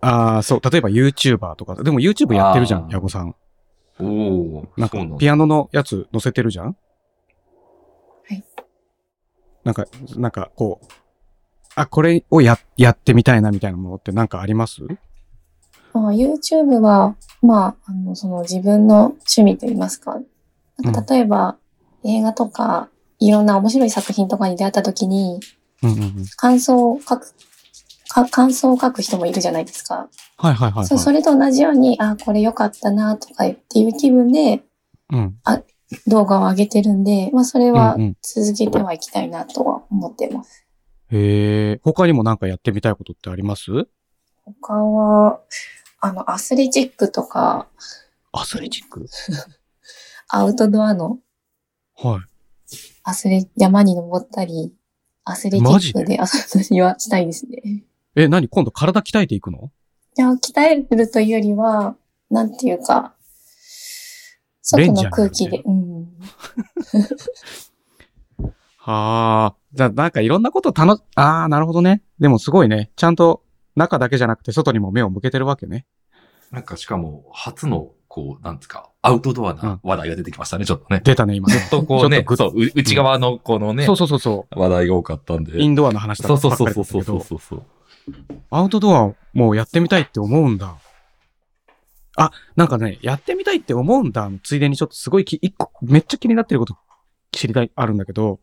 Speaker 1: ああ、そう。例えば YouTuber とか。でも YouTube やってるじゃん
Speaker 2: あ、ー
Speaker 1: ヤゴさん。
Speaker 2: [LAUGHS] おお。
Speaker 1: なんか
Speaker 2: そうな、んだ
Speaker 1: ピアノのやつ載せてるじゃん
Speaker 3: はい。
Speaker 1: なんか、なんか、こう、あ、これをや、やってみたいなみたいなものってなんかあります
Speaker 3: まあ、YouTube は、まあ、あの、その自分の趣味といいますか。なんか例えば、映画とか、いろんな面白い作品とかに出会った時に、
Speaker 1: うんうんうん。
Speaker 3: 感想を書く、か感想を書く人もいるじゃないですか。
Speaker 1: はいはいはい、はい。
Speaker 3: そうそれと同じように、あ、これ良かったな、とかっていう気分で
Speaker 1: うん。
Speaker 3: 動画を上げてるんで、まあ、それは
Speaker 1: うんうん
Speaker 3: 続けてはいきたいなとは思ってます。
Speaker 1: へえ。他にもなんかやってみたいことってあります
Speaker 3: 他は、あの、アスレチックとか、
Speaker 1: アスレチック
Speaker 3: アウトドアの
Speaker 1: は
Speaker 3: アスレ、山に登ったり、アスレチ
Speaker 1: マジ
Speaker 3: ッ
Speaker 1: で
Speaker 3: クで遊んだりはしたいですね。い
Speaker 1: い。え、何今度体鍛えていくの
Speaker 3: や、鍛えるというよりは、なんていうか、
Speaker 1: レ
Speaker 3: 外
Speaker 1: ンジャーにな
Speaker 3: の
Speaker 1: る
Speaker 3: 空
Speaker 1: みたい
Speaker 3: 気
Speaker 1: な
Speaker 3: で、うん。
Speaker 1: はあ。じゃあなんかいろんなこと楽し、ああ、なるほどね。でもすごいね。ちゃんと中だけじゃなくて外にも目を向けてるわけね。
Speaker 2: なんかしかも、初の、こう、なんですか、アウトドアな話題が出てきましたね、ちょっとね。
Speaker 1: 出たね、今ね。
Speaker 2: ずっとこう
Speaker 1: ちょっと
Speaker 2: ね、
Speaker 1: グッ
Speaker 2: そう、う内側のこのね、
Speaker 1: そうそうそうそ
Speaker 2: 話題が多かったんで
Speaker 1: う。。インドアの話だば
Speaker 2: そう
Speaker 1: っか
Speaker 2: そう
Speaker 1: り
Speaker 2: そ
Speaker 1: だ
Speaker 2: うそうそう
Speaker 1: け
Speaker 2: そう
Speaker 1: ど、
Speaker 2: そうそう。
Speaker 1: アウトドアもうやってみたいって思うんだ。あ、なんかね、やってみたいって思うんだ。ついでにちょっとすごいき、一個、めっちゃ気になってること知りたい、あるんだけど、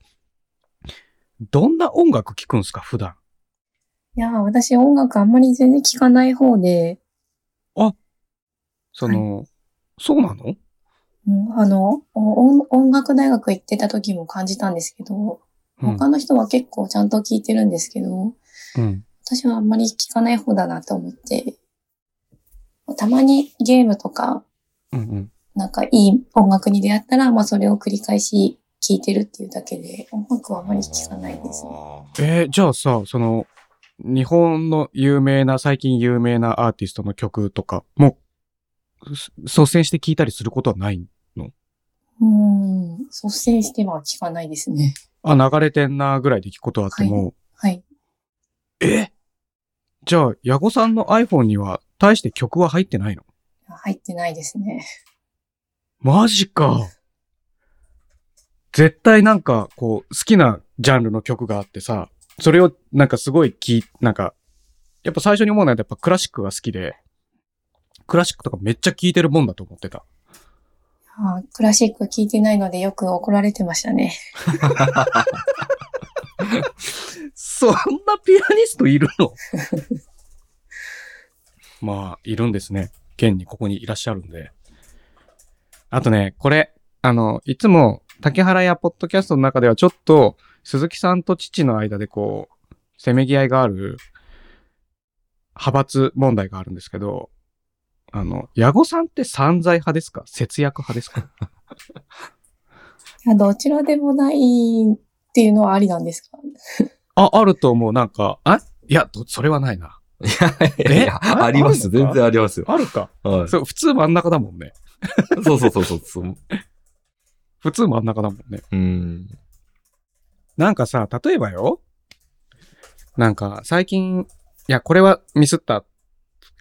Speaker 1: どんな音楽聴くんすか、普段。
Speaker 3: いや、私音楽あんまり全然聴かない方で、
Speaker 1: その、そうなの
Speaker 3: うん、あの、お音音楽大学行ってた時も感じたんですけど、
Speaker 1: うん
Speaker 3: 他の人は結構ちゃんと聴いてるんですけど、
Speaker 1: うん。
Speaker 3: 私はあんまり聞かない方だなと思って、たまにゲームとか、
Speaker 1: うんうん。
Speaker 3: なんかいい音楽に出会ったら、まあそれを繰り返し聴いてるっていうだけで、音楽はあまり聞かないですね。
Speaker 1: えーじゃあさ、その、日本の有名な、最近有名なアーティストの曲とかも、す率先して聴いたりすることはない
Speaker 3: うん、率先しては聞かないですね。
Speaker 1: あ、流れてんなぐらいで聞くことはあっても、
Speaker 3: はい。
Speaker 1: えじゃあ、ヤゴさんの iPhone には大して曲は入ってないの
Speaker 3: 入ってないですね。
Speaker 1: マジか。絶対なんか、こう、好きなジャンルの曲があってさ、それをなんかすごい聞い、なんか、やっぱ最初に思うのはやっぱクラシックが好きで、クラシックとかめっちゃ聴いてるもんだと思ってた。
Speaker 3: あークラシック聞いてないのでよく怒られてましたね。
Speaker 1: そんなピアニストいるの [LAUGHS] まあ、いるんですね。現にここにいらっしゃるんで。あとね、これ、あの、いつも竹原やポッドキャストの中ではちょっと鈴木さんと父の間でこう、せめぎ合いがある派閥問題があるんですけど、あの、矢後さんって散財派ですか節約派ですか
Speaker 3: いやどちらでもないっていうのはありなんですか
Speaker 1: あ、あると思う。なんか、あいや、どそれはないな。
Speaker 2: [LAUGHS] いやいや、
Speaker 1: あ
Speaker 2: あります。
Speaker 1: あるの
Speaker 2: 全
Speaker 1: か
Speaker 2: 然ありますよ。
Speaker 1: あるか。
Speaker 2: はい。
Speaker 1: そう、普通真ん中だもんね。
Speaker 2: そうそうそうそうそう。
Speaker 1: 普通真ん中だもんね。
Speaker 2: うん。
Speaker 1: なんかさ、例えばよ。なんか、最近、いや、これはミスった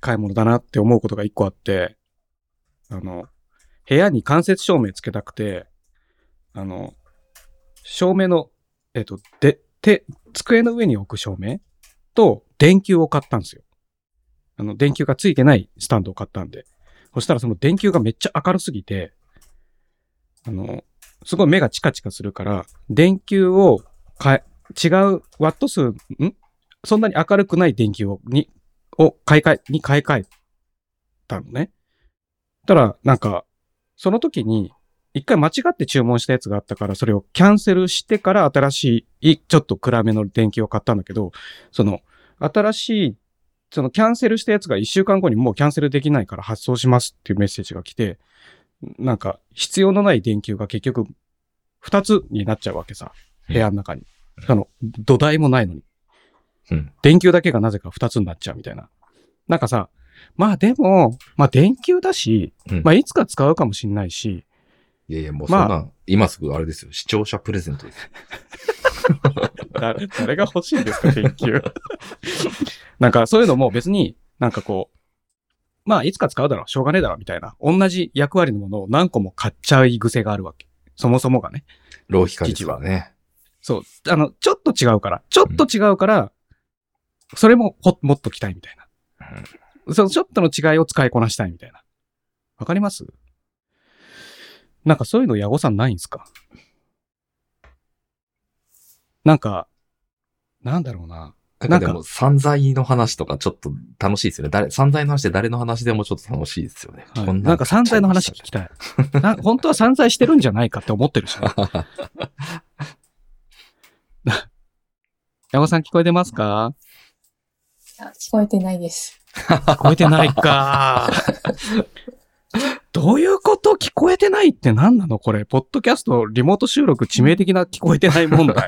Speaker 1: 買い物だなって思うことが一個あって、あの、部屋に間接照明つけたくて、あの、照明の、えっと、で、手、机の上に置く照明と、電球を買ったんですよ。あの、電球がついてないスタンドを買ったんで。そしたらその電球がめっちゃ明るすぎて、あの、すごい目がチカチカするから、電球を変え、違うワット数、んそんなに明るくない電球を、に、を買い替え、に買い替えたのね。たら、なんか、その時に、一回間違って注文したやつがあったから、それをキャンセルしてから新しい、ちょっと暗めの電球を買ったんだけど、その、新しい、そのキャンセルしたやつが一週間後にもうキャンセルできないから発送しますっていうメッセージが来て、なんか、必要のない電球が結局、二つになっちゃうわけさ。部屋の中に。あの、土台もないのに。
Speaker 2: うん。
Speaker 1: 電球だけがなぜか二つになっちゃうみたいな。なんかさ、まあでも、まあ電球だし、
Speaker 2: うん
Speaker 1: まあいつか使うかもしんないし、
Speaker 2: いやいや、もうそん
Speaker 1: ま
Speaker 2: な
Speaker 1: あ
Speaker 2: ん、今すぐあれですよ。視聴者プレゼントです。
Speaker 1: だ誰が欲しいんですか、電球。 [LAUGHS] なんかそういうのも別になんかこう、まあいつか使うだろう、しょうがねえだろ、みたいな。同じ役割のものを何個も買っちゃう癖があるわけ。そもそもがね。
Speaker 2: 浪費家ですからね。
Speaker 1: そう。あの、ちょっと違うから、ちょっと違うから、それもほもっときたいみたいな。そのちょっとの違いを使いこなしたいみたいな。わかりますなんかそういうの矢後さんないんすかなんか、なんだろうな。
Speaker 2: な
Speaker 1: な
Speaker 2: ん
Speaker 1: ん
Speaker 2: か
Speaker 1: か
Speaker 2: でも、散財の話とかちょっと楽しいですよね。誰、散財の話で誰の話でもちょっと楽しいですよね。
Speaker 1: はい
Speaker 2: こ
Speaker 1: なんか散財の話聞きたい。な本当は散財してるんじゃないかって思ってるし、 [LAUGHS] ね。矢後さん聞こえてますか
Speaker 3: や聞こえてないです。
Speaker 1: 聞こえてないか。 [LAUGHS] どういうこと聞こえてないって何なのこれ。ポッドキャスト、リモート収録、致命的な聞こえてない問題。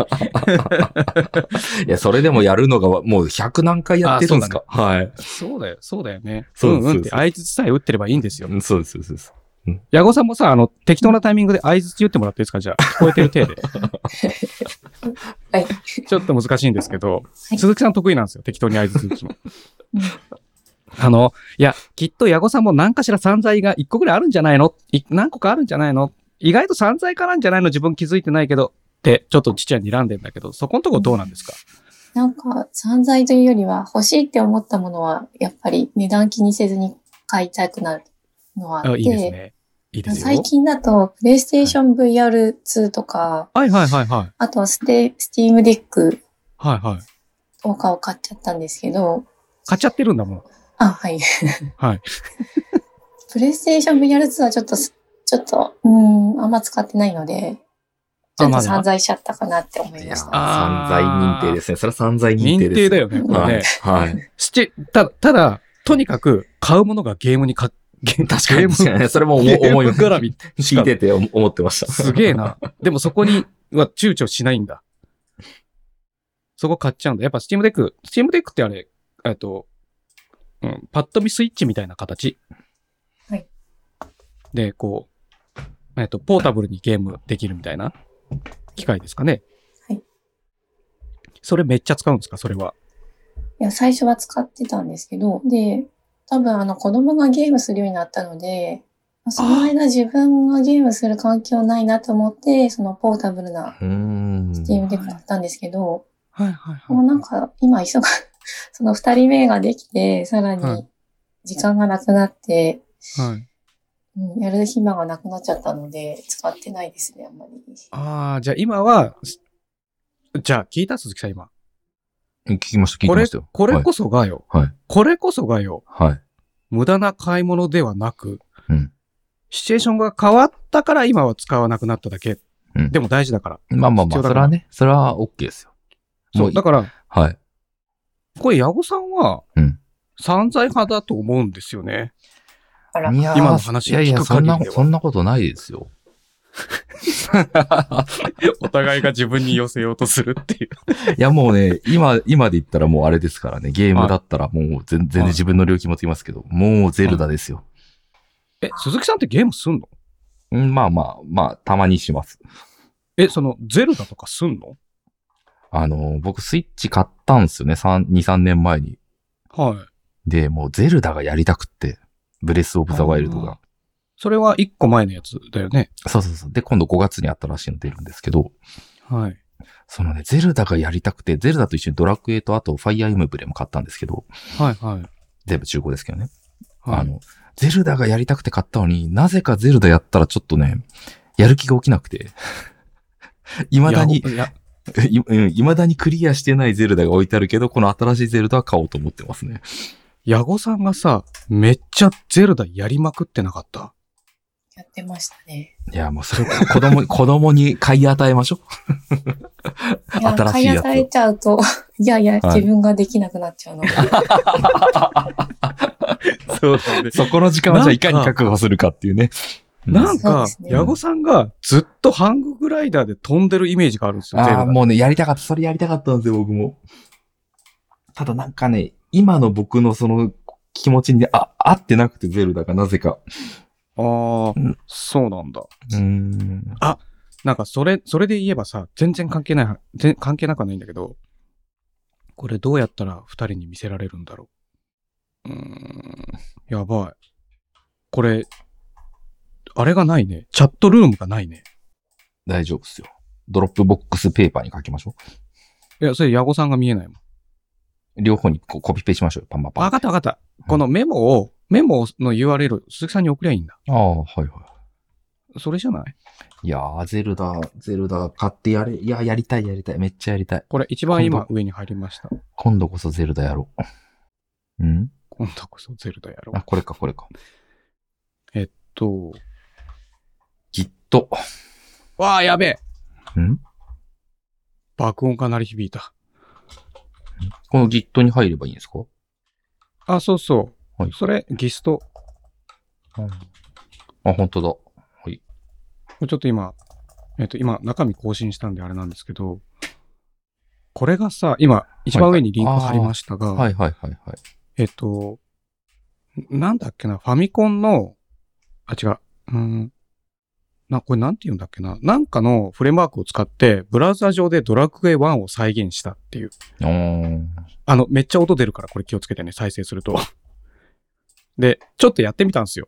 Speaker 2: いや、それでもやるのがもう100何回やってるんですか、はい。
Speaker 1: [LAUGHS] そうだよ、そうだよね。
Speaker 2: そううんです
Speaker 1: うんって、
Speaker 2: そう
Speaker 1: 相槌さえ打ってればいいんですよ。
Speaker 2: うんそうです、そうですそうです。
Speaker 1: 矢後さんもさ、あの、適当なタイミングで相槌打ってもらっていいですかじゃあ、聞こえてる体で。
Speaker 3: はい。
Speaker 1: ちょっと難しいんですけど、
Speaker 3: い
Speaker 1: 鈴木さん得意なんですよ、適当に相槌打つの
Speaker 3: うん。
Speaker 1: あの、いや、きっと矢後さんも何かしら散財が一個ぐらいあるんじゃないのい何個かあるんじゃないの意外と散財かなんじゃないの自分気づいてないけど、って、ちょっとちっちゃいに睨んでんだけど、そこのとこどうなんですか
Speaker 3: なんか、散財というよりは、欲しいって思ったものは、やっぱり値段気にせずに買いたくなるのはあっ
Speaker 1: あ
Speaker 3: て、
Speaker 1: いいですね。いいですよ。
Speaker 3: 最近だと、プレイステーション VR2 とか、
Speaker 1: はいはいはいはい。
Speaker 3: あとはステ、スティームデック
Speaker 1: はいはい。
Speaker 3: とかを買っちゃったんですけど、
Speaker 1: 買っちゃってるんだもん。
Speaker 3: あ、はい。
Speaker 1: はい。
Speaker 3: [LAUGHS] プレイステーション VR2 はちょっとす、ちょっと、うーん、あんま使ってないので、ちょ
Speaker 1: あ
Speaker 3: っ
Speaker 1: ま
Speaker 3: と
Speaker 1: だ
Speaker 3: 散財しちゃったかなって思い
Speaker 2: い
Speaker 3: ま
Speaker 2: やー、
Speaker 3: した。
Speaker 2: 散財認定ですね。それは散財認定
Speaker 1: 認
Speaker 2: です。
Speaker 1: 定だよね、これ
Speaker 2: はい
Speaker 1: ね。。
Speaker 2: はい。
Speaker 1: しち、た、ただ、とにかく、買うものがゲームにか、ゲ確
Speaker 2: 確かに、確か
Speaker 1: [LAUGHS]
Speaker 2: にね。それも
Speaker 1: ゲ
Speaker 2: 思
Speaker 1: ー
Speaker 2: 思い
Speaker 1: ム
Speaker 2: ま
Speaker 1: 絡み。
Speaker 2: 聞いてて思思ってました。
Speaker 1: すげえな。でもそこには躊躇しないんだ。そこ買っちゃうんだ。やっぱ Steam Deck、Steam Deck ってあれ、えっと、うん、パッと見スイッチみたいな形。
Speaker 3: はい。
Speaker 1: で、こう、えっと、ポータブルにゲームできるみたいな機械ですかね。
Speaker 3: はい。
Speaker 1: それめっちゃ使うんですかそれは。
Speaker 3: いや、最初は使ってたんですけど、で、多分あの子供がゲームするようになったので、その間自分がゲームする環境ないなと思って、そのポータブルな
Speaker 2: [LAUGHS] うーん。
Speaker 3: スティームデック買ったんですけど、
Speaker 1: はいはいはい。
Speaker 3: もうなんか今忙、 [LAUGHS] その二人目ができて、さら
Speaker 1: はい
Speaker 3: に時間がなくなって、
Speaker 1: はい。
Speaker 3: うん、やる暇がなくなっちゃったので、使ってないですね、あんまり。
Speaker 1: ああ、じゃあ今は、すじゃあ聞いた鈴木さん今。
Speaker 2: 聞きました、聞い
Speaker 1: こ
Speaker 2: てま
Speaker 1: れ
Speaker 2: したよ。、
Speaker 1: これこそがよ。
Speaker 2: はいはい
Speaker 1: これこそがよ。
Speaker 2: はい。はい。
Speaker 1: 無駄な買い物ではなく、
Speaker 2: うん
Speaker 1: シチュエーションが変わったから今は使わなくなっただけ。
Speaker 2: うん
Speaker 1: でも大事だから。
Speaker 2: まあまあ
Speaker 1: 必
Speaker 2: ま
Speaker 1: 要だ
Speaker 2: あ、そ
Speaker 1: か
Speaker 2: れ
Speaker 1: ら
Speaker 2: はね、それは OK ですよ。
Speaker 1: そ
Speaker 2: も
Speaker 1: う。だから、
Speaker 2: はい。
Speaker 1: これ、矢後さんは
Speaker 2: うん、
Speaker 1: 散財派だと思うんですよね。
Speaker 3: あら、
Speaker 2: いやー
Speaker 1: 今の話
Speaker 2: いやい
Speaker 1: 聞
Speaker 2: や、
Speaker 1: く
Speaker 2: そん
Speaker 1: 限りでは
Speaker 2: な、そんなことないですよ。
Speaker 1: [LAUGHS] お互いが自分に寄せようとするっていう。
Speaker 2: いや、もうね、今、今で言ったらもうあれですからね、ゲームだったらもう全全然
Speaker 1: はい
Speaker 2: 自分の領域持ってきますけど、もうゼルダですよ。
Speaker 1: え、鈴木さんってゲームすんの
Speaker 2: うん、まあまあ、まあ、たまにします。
Speaker 1: え、その、ゼルダとかすんの
Speaker 2: あの、僕スイッチ買ったんすよね、3、2、3年前に。
Speaker 1: はい。
Speaker 2: で、もうゼルダがやりたくって、ブレスオブザワイルドが。
Speaker 1: それは一個前のやつだよね。
Speaker 2: そうそうそう。で、今度5月に新しいの出るんですけど、
Speaker 1: はい。
Speaker 2: そのね、ゼルダがやりたくて、ゼルダと一緒にドラクエとあとファイアーエムブレも買ったんですけど、
Speaker 1: はいはい。
Speaker 2: 全部中古ですけどね。
Speaker 1: はい、
Speaker 2: あの、ゼルダがやりたくて買ったのに、なぜかゼルダやったらちょっとね、やる気が起きなくて。 [LAUGHS] 未だに
Speaker 1: い、やいや
Speaker 2: いうん未だにクリアしてないゼルダが置いてあるけど、この新しいゼルダは買おうと思ってますね。
Speaker 1: 矢後さんがさ、めっちゃゼルダやりまくってなかった。
Speaker 3: やってましたね。
Speaker 2: いや、もうそれ、 [LAUGHS] 子供に、子供に買い与えましょ
Speaker 3: いや、
Speaker 2: 新し
Speaker 3: 買
Speaker 2: い
Speaker 3: い
Speaker 2: やつを
Speaker 3: 与えちゃうと、 [LAUGHS] いやいや、
Speaker 2: はい
Speaker 3: 自分ができなくなっちゃうので。
Speaker 1: そうだね
Speaker 2: う。。 [LAUGHS] そこの時間はじゃあいかに確保するかっていうね。
Speaker 1: な
Speaker 2: うん
Speaker 1: んか、
Speaker 3: そうですね
Speaker 1: 矢後さんがずっとハンググライダーで飛んでるイメージがあるんですよ、ゼル
Speaker 2: ああ、
Speaker 1: ダ。
Speaker 2: もうね、やりたかった、それやりたかったんですよ、僕も。ただなんかね、今の僕のその気持ちに、あ、合ってなくて、ゼルダがなぜか。
Speaker 1: ああ
Speaker 2: うん、
Speaker 1: そうなんだ。
Speaker 2: うん。
Speaker 1: なんか、それ、それで言えばさ、全然関係ない、全関係なくはないんだけど、これどうやったら二人に見せられるんだろう。うーん、やばい。これ、あれがないね。チャットルームがないね。
Speaker 2: 大丈夫っすよ。ドロップボックスペーパーに書きましょ
Speaker 1: いや、それ矢後さんが見えないもん。
Speaker 2: う。両方にこうコピペしましょうよ、パンパンパン。
Speaker 1: わかったわかった。このメモを、メモの URL を鈴木さんに送りゃいいんだ。
Speaker 2: ああ、はいはい。
Speaker 1: それじゃない
Speaker 2: いやー、ゼルダ、ゼルダ買ってやれ、いや、やりたいやりたい、めっちゃやりたい。
Speaker 1: これ一番今上に入りました。
Speaker 2: 今度こそゼルダやろう。ん
Speaker 1: 今度こそゼルダやろう
Speaker 2: あ、。これか、これか。
Speaker 1: と、
Speaker 2: Git。ん
Speaker 1: わあ、やべえ爆音が鳴り響いた。
Speaker 2: この Git に入ればいいんですか
Speaker 1: あ、そうそう。
Speaker 2: はい
Speaker 1: それ、ギスト。
Speaker 2: あ、本当だ。
Speaker 1: ちょっと今、えっ、と、今、中身更新したんであれなんですけど、これがさ、今、一番上にリンク貼りましたが、
Speaker 2: はいはいはいはい。
Speaker 1: えっ、と、なんだっけな、ファミコンの、あ、違う、うーん、な、これなんて言うんだっけな、なんかのフレームワークを使って、ブラウザ上でドラクエ1を再現したっていう。
Speaker 2: うーん。
Speaker 1: あの、めっちゃ音出るからこれ気をつけてね、再生すると。で、ちょっとやってみたんですよ。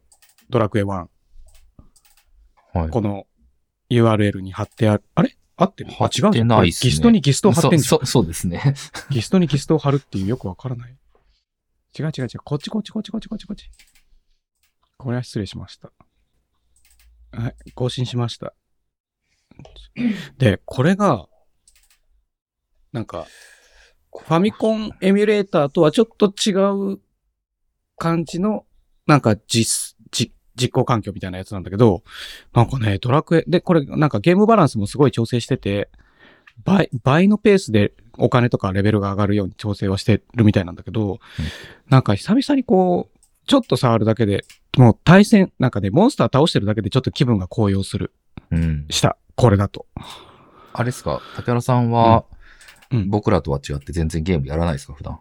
Speaker 1: ドラクエ1。
Speaker 2: はい。
Speaker 1: この URL に貼ってある。あれ合ってる
Speaker 2: 貼
Speaker 1: あ
Speaker 2: っ
Speaker 1: 違うじ
Speaker 2: て
Speaker 1: ゃん。
Speaker 2: な
Speaker 1: こ
Speaker 2: い
Speaker 1: れ
Speaker 2: っすね
Speaker 1: ギストにギストを貼ってんじゃん。
Speaker 2: そう、そうそうで
Speaker 1: [LAUGHS]
Speaker 2: すね。
Speaker 1: ギストにギストを貼るっていうよくわからない。違う違う違う。こっちこっちこっちこっちこっちこっち。これは失礼しました。はい、更新しました。で、これが、なんか、ファミコンエミュレーターとはちょっと違う感じの、なんか実、実、実行環境みたいなやつなんだけど、なんかね、ドラクエ、で、これなんかゲームバランスもすごい調整してて、倍、倍のペースでお金とかレベルが上がるように調整はしてるみたいなんだけど、なんか久々にこう、ちょっと触るだけで、もう対戦、なんかね、モンスター倒してるだけでちょっと気分が高揚する、
Speaker 2: うん。
Speaker 1: した。これだと。
Speaker 2: あれですか、竹原さんは、
Speaker 1: うんうん
Speaker 2: 僕らとは違って全然ゲームやらないですか、普段。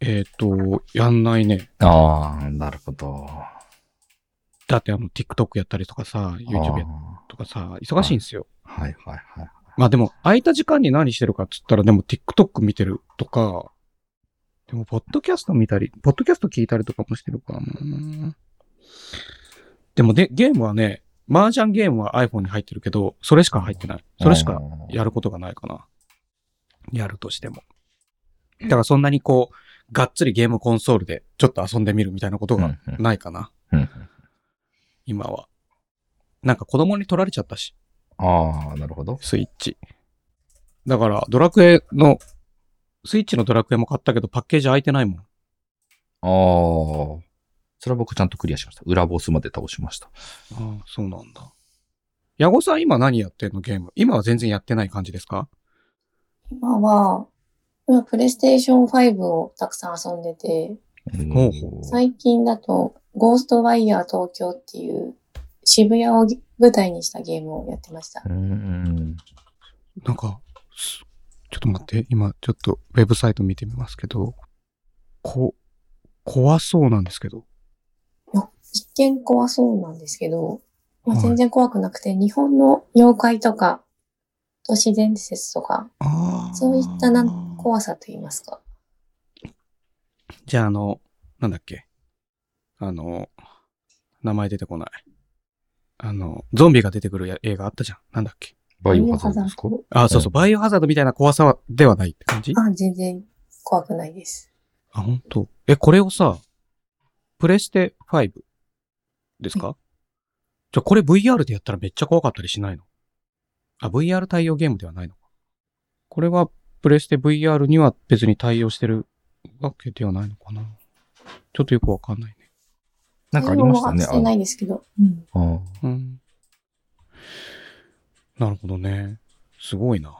Speaker 1: えっ、と、やんないね。
Speaker 2: ああ、なるほど。
Speaker 1: だってあの、TikTok やったりとかさ、YouTube やとかさ、忙しいんですよ。
Speaker 2: はいはいはい。
Speaker 1: まあでも、空いた時間に何してるかっつったら、でも TikTok 見てるとか、でも、ポッドキャスト見たり、ポッドキャスト聞いたりとかもしてるからな。でもで、ゲームはね、麻雀ゲームは iPhone に入ってるけど、それしか入ってない。それしか
Speaker 2: うん
Speaker 1: やることがないかな。やるとしても。だからそんなにこう、がっつりゲームコンソールでちょっと遊んでみるみたいなこと
Speaker 2: うんう
Speaker 1: が
Speaker 2: ん
Speaker 1: ないかな。
Speaker 2: うん
Speaker 1: 今は。なんか子供に取られちゃったし、
Speaker 2: ああ、なるほど。
Speaker 1: スイッチ。だからドラクエの、スイッチのドラクエも買ったけどパッケージ開いてないもん。
Speaker 2: ああ。それは僕ちゃんとクリアしました。裏ボスまで倒しました。
Speaker 1: ああ、そうなんだ。矢後さん今何やってんのゲーム今は全然やってない感じですか
Speaker 3: 今は、今プレイステーション5をたくさん遊んでて、
Speaker 1: ほう
Speaker 2: ほ
Speaker 3: 最近だと、ゴーストワイヤー東京っていう、渋谷を舞台にしたゲームをやってました。
Speaker 2: うん。
Speaker 1: なんか、すちょっと待って、今、ちょっとウェブサイト見てみますけど、こ、怖そうなんですけど。
Speaker 3: 一見怖そうなんですけど、まあ、
Speaker 1: はい
Speaker 3: 全然怖くなくて、日本の妖怪とか、都市伝説とか、
Speaker 1: ああ。
Speaker 3: そういったなん怖さと言いますか。
Speaker 1: じゃあ、あの、なんだっけ。あの、名前出てこない。あの、ゾンビが出てくるや映画あったじゃん。なんだっけ。
Speaker 2: バイオハザードですか
Speaker 3: バイオハ
Speaker 1: あ、そうそう、
Speaker 2: うん
Speaker 1: バイオハザードみたいな怖さはではないって感じ
Speaker 3: ザードあ、全然怖くないです。
Speaker 1: あ、本当。え、これをさ、プレステ5ですか、じゃあこれ VR でやったらめっちゃ怖かったりしないのあ、VR 対応ゲームではないのか。これはプレステ VR には別に対応してるわけではないのかな。ちょっとよくわかんないね。
Speaker 2: なんかありましたね。
Speaker 3: 対応はしてないですけど。うん。
Speaker 2: あの
Speaker 1: うん。なるほどね。すごいな。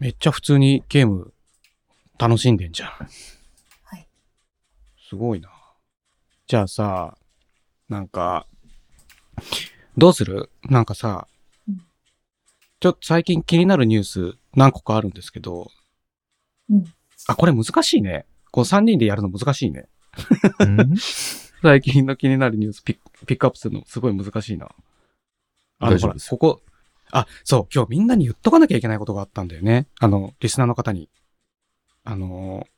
Speaker 1: めっちゃ普通にゲーム楽しんでんじゃん。
Speaker 3: はい。
Speaker 1: すごいな。じゃあさ、なんか、どうするなんかさ
Speaker 3: うん、
Speaker 1: ちょっと最近気になるニュース何個かあるんですけど、
Speaker 3: うん。
Speaker 1: あ、これ難しいね。こう3人でやるの難しいね。
Speaker 2: あうん
Speaker 1: 最近の気になるニュースピッピックアップするのすごい難しいな。あの、
Speaker 2: 大
Speaker 1: ほ
Speaker 2: 丈夫
Speaker 1: ら、
Speaker 2: です
Speaker 1: ここ、あ、そう、今日みんなに言っとかなきゃいけないことがあったんだよね。あの、リスナーの方に。あのー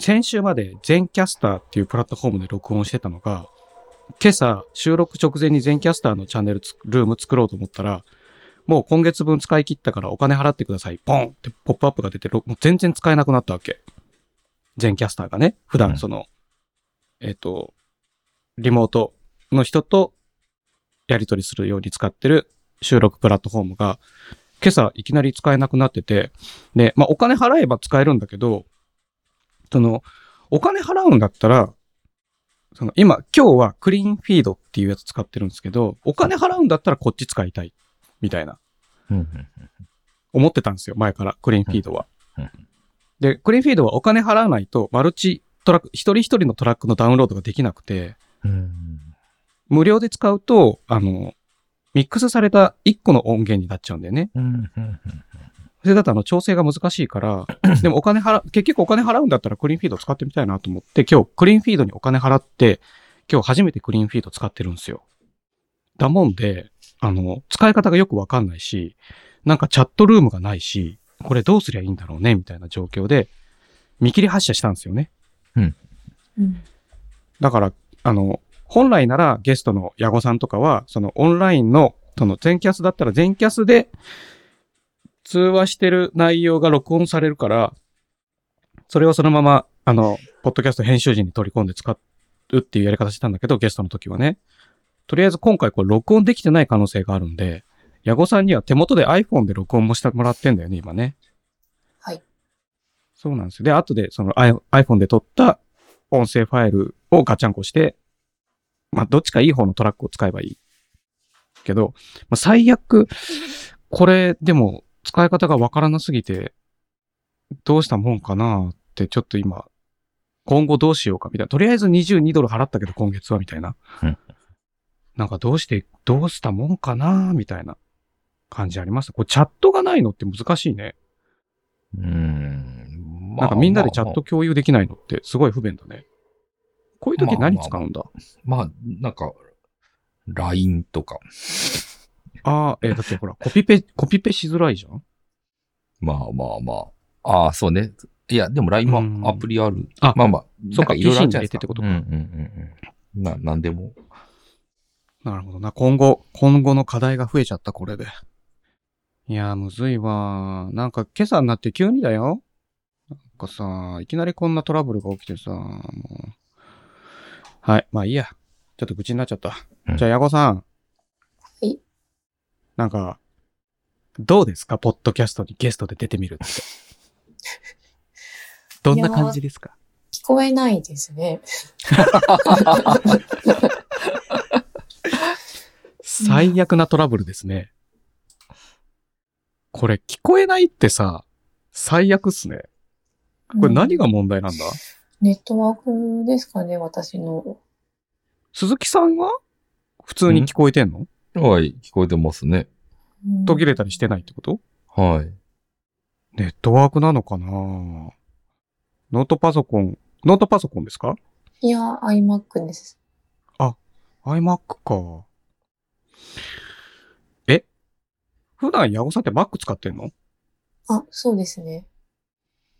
Speaker 1: 先週まで全キャスターっていうプラットフォームで録音してたのが、今朝収録直前に全キャスターのチャンネルつルーム作ろうと思ったら、もう今月分使い切ったからお金払ってください。ポンってポップアップが出て、ろもう全然使えなくなったわけ。全キャスターがね、普
Speaker 2: うん
Speaker 1: 段その、えっ、と、リモートの人とやり取りするように使ってる収録プラットフォームが、今朝いきなり使えなくなってて、で、まあお金払えば使えるんだけど、その、お金払うんだったら、その今、今日はクリーンフィードっていうやつ使ってるんですけど、お金払うんだったらこっち使いたい、みたいな。
Speaker 2: うん
Speaker 1: 思ってたんですよ、前から、クリーンフィードは
Speaker 2: うんうん。
Speaker 1: で、クリーンフィードはお金払わないと、マルチトラック、一人一人のトラックのダウンロードができなくて、
Speaker 2: うん
Speaker 1: 無料で使うと、あの、ミックスされた1個の音源になっちゃうんだよね。
Speaker 2: うんうん
Speaker 1: それだとあの調整が難しいから、でもお金払、結局お金払うんだったらクリーンフィード使ってみたいなと思って、今日クリーンフィードにお金払って、今日初めてクリーンフィード使ってるんですよ。だもんで、あの、使い方がよくわかんないし、なんかチャットルームがないし、これどうすりゃいいんだろうね、みたいな状況で、見切り発車したんですよね。
Speaker 3: うん。
Speaker 1: だから、あの、本来ならゲストの矢後さんとかは、そのオンラインの、その全キャスだったら全キャスで通話してる内容が録音されるから、それをそのまま、あの、ポッドキャスト編集時に取り込んで使うっていうやり方してたんだけど、ゲストの時はね。とりあえず今回これ録音できてない可能性があるんで、矢後さんには手元で iPhone で録音もしてもらってんだよね、今ね。
Speaker 3: はい。。
Speaker 1: そうなんですよ。で、後でその i- iPhone で撮った音声ファイルをガチャンコして、まあ、どっちかいい方のトラックを使えばいい。けど、まあ、最悪、これ、でも、使い方がわからなすぎて、どうしたもんかなって、ちょっと今、今後どうしようかみたいな。とりあえず22ドル払ったけど、今月はみたいな
Speaker 2: うん。
Speaker 1: なんかどうして、どうしたもんかなみたいな感じあります。これチャットがないのって難しいね。
Speaker 2: うん
Speaker 1: なんかみんなでチャット共有できないのってすごい不便だね。こういう時何使うんだ
Speaker 2: まあ、まあなんか、LINE とか、
Speaker 1: ああ、えーだってほら、コピペ、コピペしづらいじゃん
Speaker 2: まあまあまあ。ああ、そうね。いや、でも LINE
Speaker 1: うん
Speaker 2: もアプリある。
Speaker 1: あ
Speaker 2: まあまあ、
Speaker 1: そうか
Speaker 2: なんいろいろあるじゃな
Speaker 1: PC に入れ
Speaker 2: いです
Speaker 1: て
Speaker 2: か。
Speaker 1: ってこと
Speaker 2: う
Speaker 1: か
Speaker 2: んうんうんうん。な、なんでも。
Speaker 1: なるほどな。今後、今後の課題が増えちゃった、これで。いやー、むずいわー。なんか今朝になって急にだよ。なんかさ、いきなりこんなトラブルが起きてさ、もう。はい、まあいいや。ちょっと愚痴になっちゃった。
Speaker 2: うん
Speaker 1: じゃあ、矢後さん。はいなんか、どうですかポッドキャストにゲストで出てみるって。どんな感じですか
Speaker 3: 聞こえないですね。
Speaker 1: 最悪なトラブルですね。これ聞こえないってさ、最悪っすね。これ何が問題なんだ、
Speaker 3: ネットワークですかね、私の。
Speaker 1: 鈴木さんは普通に聞こえてんの
Speaker 2: はい、聞こえてますね。
Speaker 1: 途切れたりしてないってこと
Speaker 2: はい。
Speaker 1: ネットワークなのかなノートパソコン、ノートパソコンですか
Speaker 3: いや、iMac です。
Speaker 1: ?iMac か。え普段ヤゴさんって Mac 使ってんの
Speaker 3: あ、そうですね。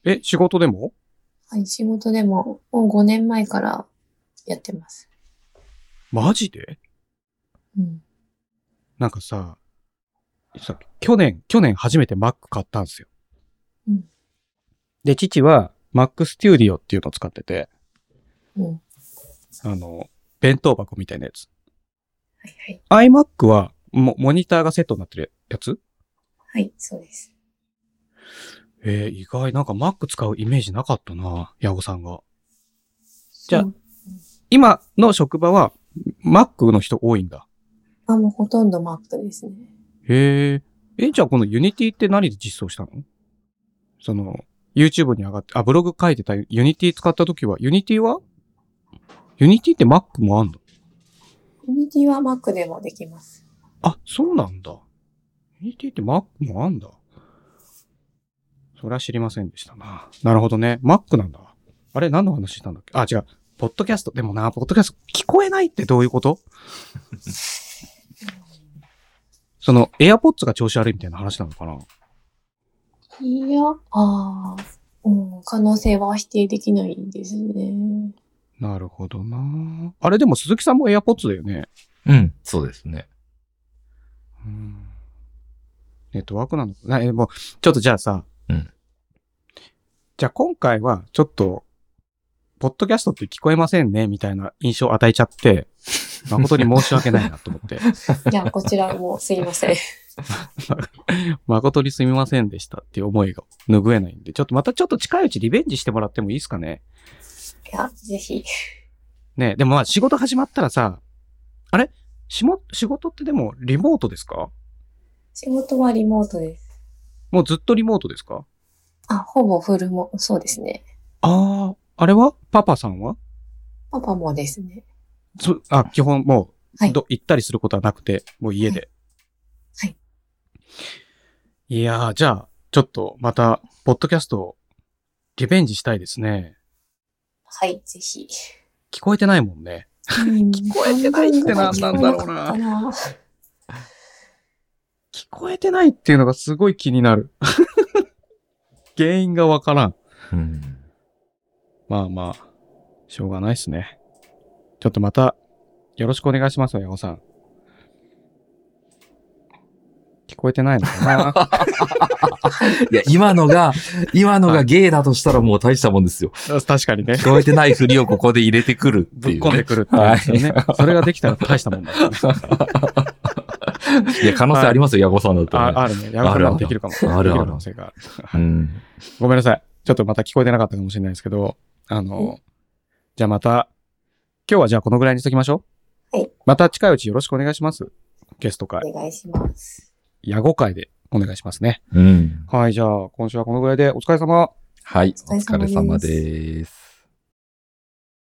Speaker 1: え、仕事でも
Speaker 3: はい、仕事でも、もう5年前からやってます。
Speaker 1: マジで
Speaker 3: うん。
Speaker 1: なんかさ、さ去年、去年初めて Mac 買ったんですよ。
Speaker 3: うん
Speaker 1: で、父は Mac Studio っていうのを使ってて、
Speaker 3: うん。はい
Speaker 1: あの、弁当箱みたいなやつ。
Speaker 3: はい。
Speaker 1: iMac はモモニターがセットになってるやつ
Speaker 3: はい、そうです。
Speaker 1: えー、意外、なんか Mac 使うイメージなかったな、ヤゴさんが。じゃあ
Speaker 3: そう
Speaker 1: 今の職場は Mac の人多いんだ。
Speaker 3: あ、もうほとんど Mac ですね。
Speaker 1: へえ。え、じゃあこの Unity って何で実装したのその、YouTube に上がって、あ、ブログ書いてた Unity 使った時は、Unity は ?Unity って Mac もあんの
Speaker 3: コミュニティは Mac でもできます。
Speaker 1: あ、そうなんだ。Unity って Mac もあんだ。そりゃ知りませんでしたな。なるほどね。Mac なんだ。あれ何の話したんだっけあ、違う。ポッドキャスト。でもな、ポッドキャスト聞こえないってどういうことその、AirPods が調子悪いみたいな話なのかない
Speaker 3: や、ああ、うん、可能性は否定できないですね。
Speaker 1: なるほどな。あれでも鈴木さんも AirPods だよね。
Speaker 2: うん、そうですね。
Speaker 1: うんネットワークなのかなえ、もう、ちょっとじゃあさ。
Speaker 2: うん
Speaker 1: じゃあ今回は、ちょっと、ポッドキャストって聞こえませんね、みたいな印象を与えちゃって、誠に申し訳ないなと思って。
Speaker 3: いや、こちらもすいません。 [LAUGHS]
Speaker 1: 誠にすみませんでしたっていう思いが拭えないんで、ちょっとまたちょっと近いうちリベンジしてもらってもいいですかね。
Speaker 3: いや、ぜひ。
Speaker 1: ねでもまあ仕事始まったらさ、あれしも、仕事ってでもリモートですか
Speaker 3: 仕事はリモートです。
Speaker 1: もうずっとリモートですか
Speaker 3: あ、ほぼフルも、そうですね。
Speaker 1: ああ、あれはパパさんは
Speaker 3: パパもですね。
Speaker 1: そあ、基本もう、
Speaker 3: はい
Speaker 1: ど行ったりすることはなくて、もう家で。。
Speaker 3: はいはい
Speaker 1: いやー、じゃあ、ちょっとまた、ポッドキャストをリベンジしたいですね。
Speaker 3: はい、ぜひ。
Speaker 1: 聞こえてないもんね。
Speaker 3: 聞
Speaker 1: こえてないってなんなんだろうな
Speaker 3: な。
Speaker 1: 聞こえてないっていうのがすごい気になる。 [LAUGHS] 原因がわからん。
Speaker 2: うん。
Speaker 1: まあまあ、しょうがないっすね。ちょっとまた、よろしくお願いしますよ、ヤゴさん。聞こえてないのかな
Speaker 2: いや、今
Speaker 1: [LAUGHS]
Speaker 2: のが、今のがゲイだとしたらもう大したもんですよ。
Speaker 1: 確かにね。
Speaker 2: 聞こえてないふりをここで入れてくるって
Speaker 1: [LAUGHS] ぶっ
Speaker 2: いう、ね。
Speaker 1: 込んでくるっていうんですよね。それができたら大したもん [LAUGHS] だ、ね。
Speaker 2: いや、可能性ありますよ、ヤゴさんだと、
Speaker 1: あ
Speaker 2: ね。
Speaker 1: あるね。やばく
Speaker 2: あるあ
Speaker 1: な
Speaker 2: る
Speaker 1: できるかも。
Speaker 2: ある
Speaker 1: でき
Speaker 2: ある
Speaker 1: 可能性がある
Speaker 2: うん。
Speaker 1: ごめんなさい。ちょっとまた聞こえてなかったかもしれないですけど、あの、じゃあまた、今日はじゃあこのぐらいにしときましょう。
Speaker 3: はい
Speaker 1: また近いうちよろしくお願いします。ゲスト会、
Speaker 3: [LAUGHS] お願いします。
Speaker 1: 野後会でお願いしますね。
Speaker 2: うん。
Speaker 1: はい、じゃあ今週はこのぐらいでお疲れ様。
Speaker 2: はい、
Speaker 3: お
Speaker 2: お
Speaker 3: 疲
Speaker 2: 疲
Speaker 3: れ
Speaker 2: れ
Speaker 3: 様
Speaker 2: 様
Speaker 3: です
Speaker 2: です。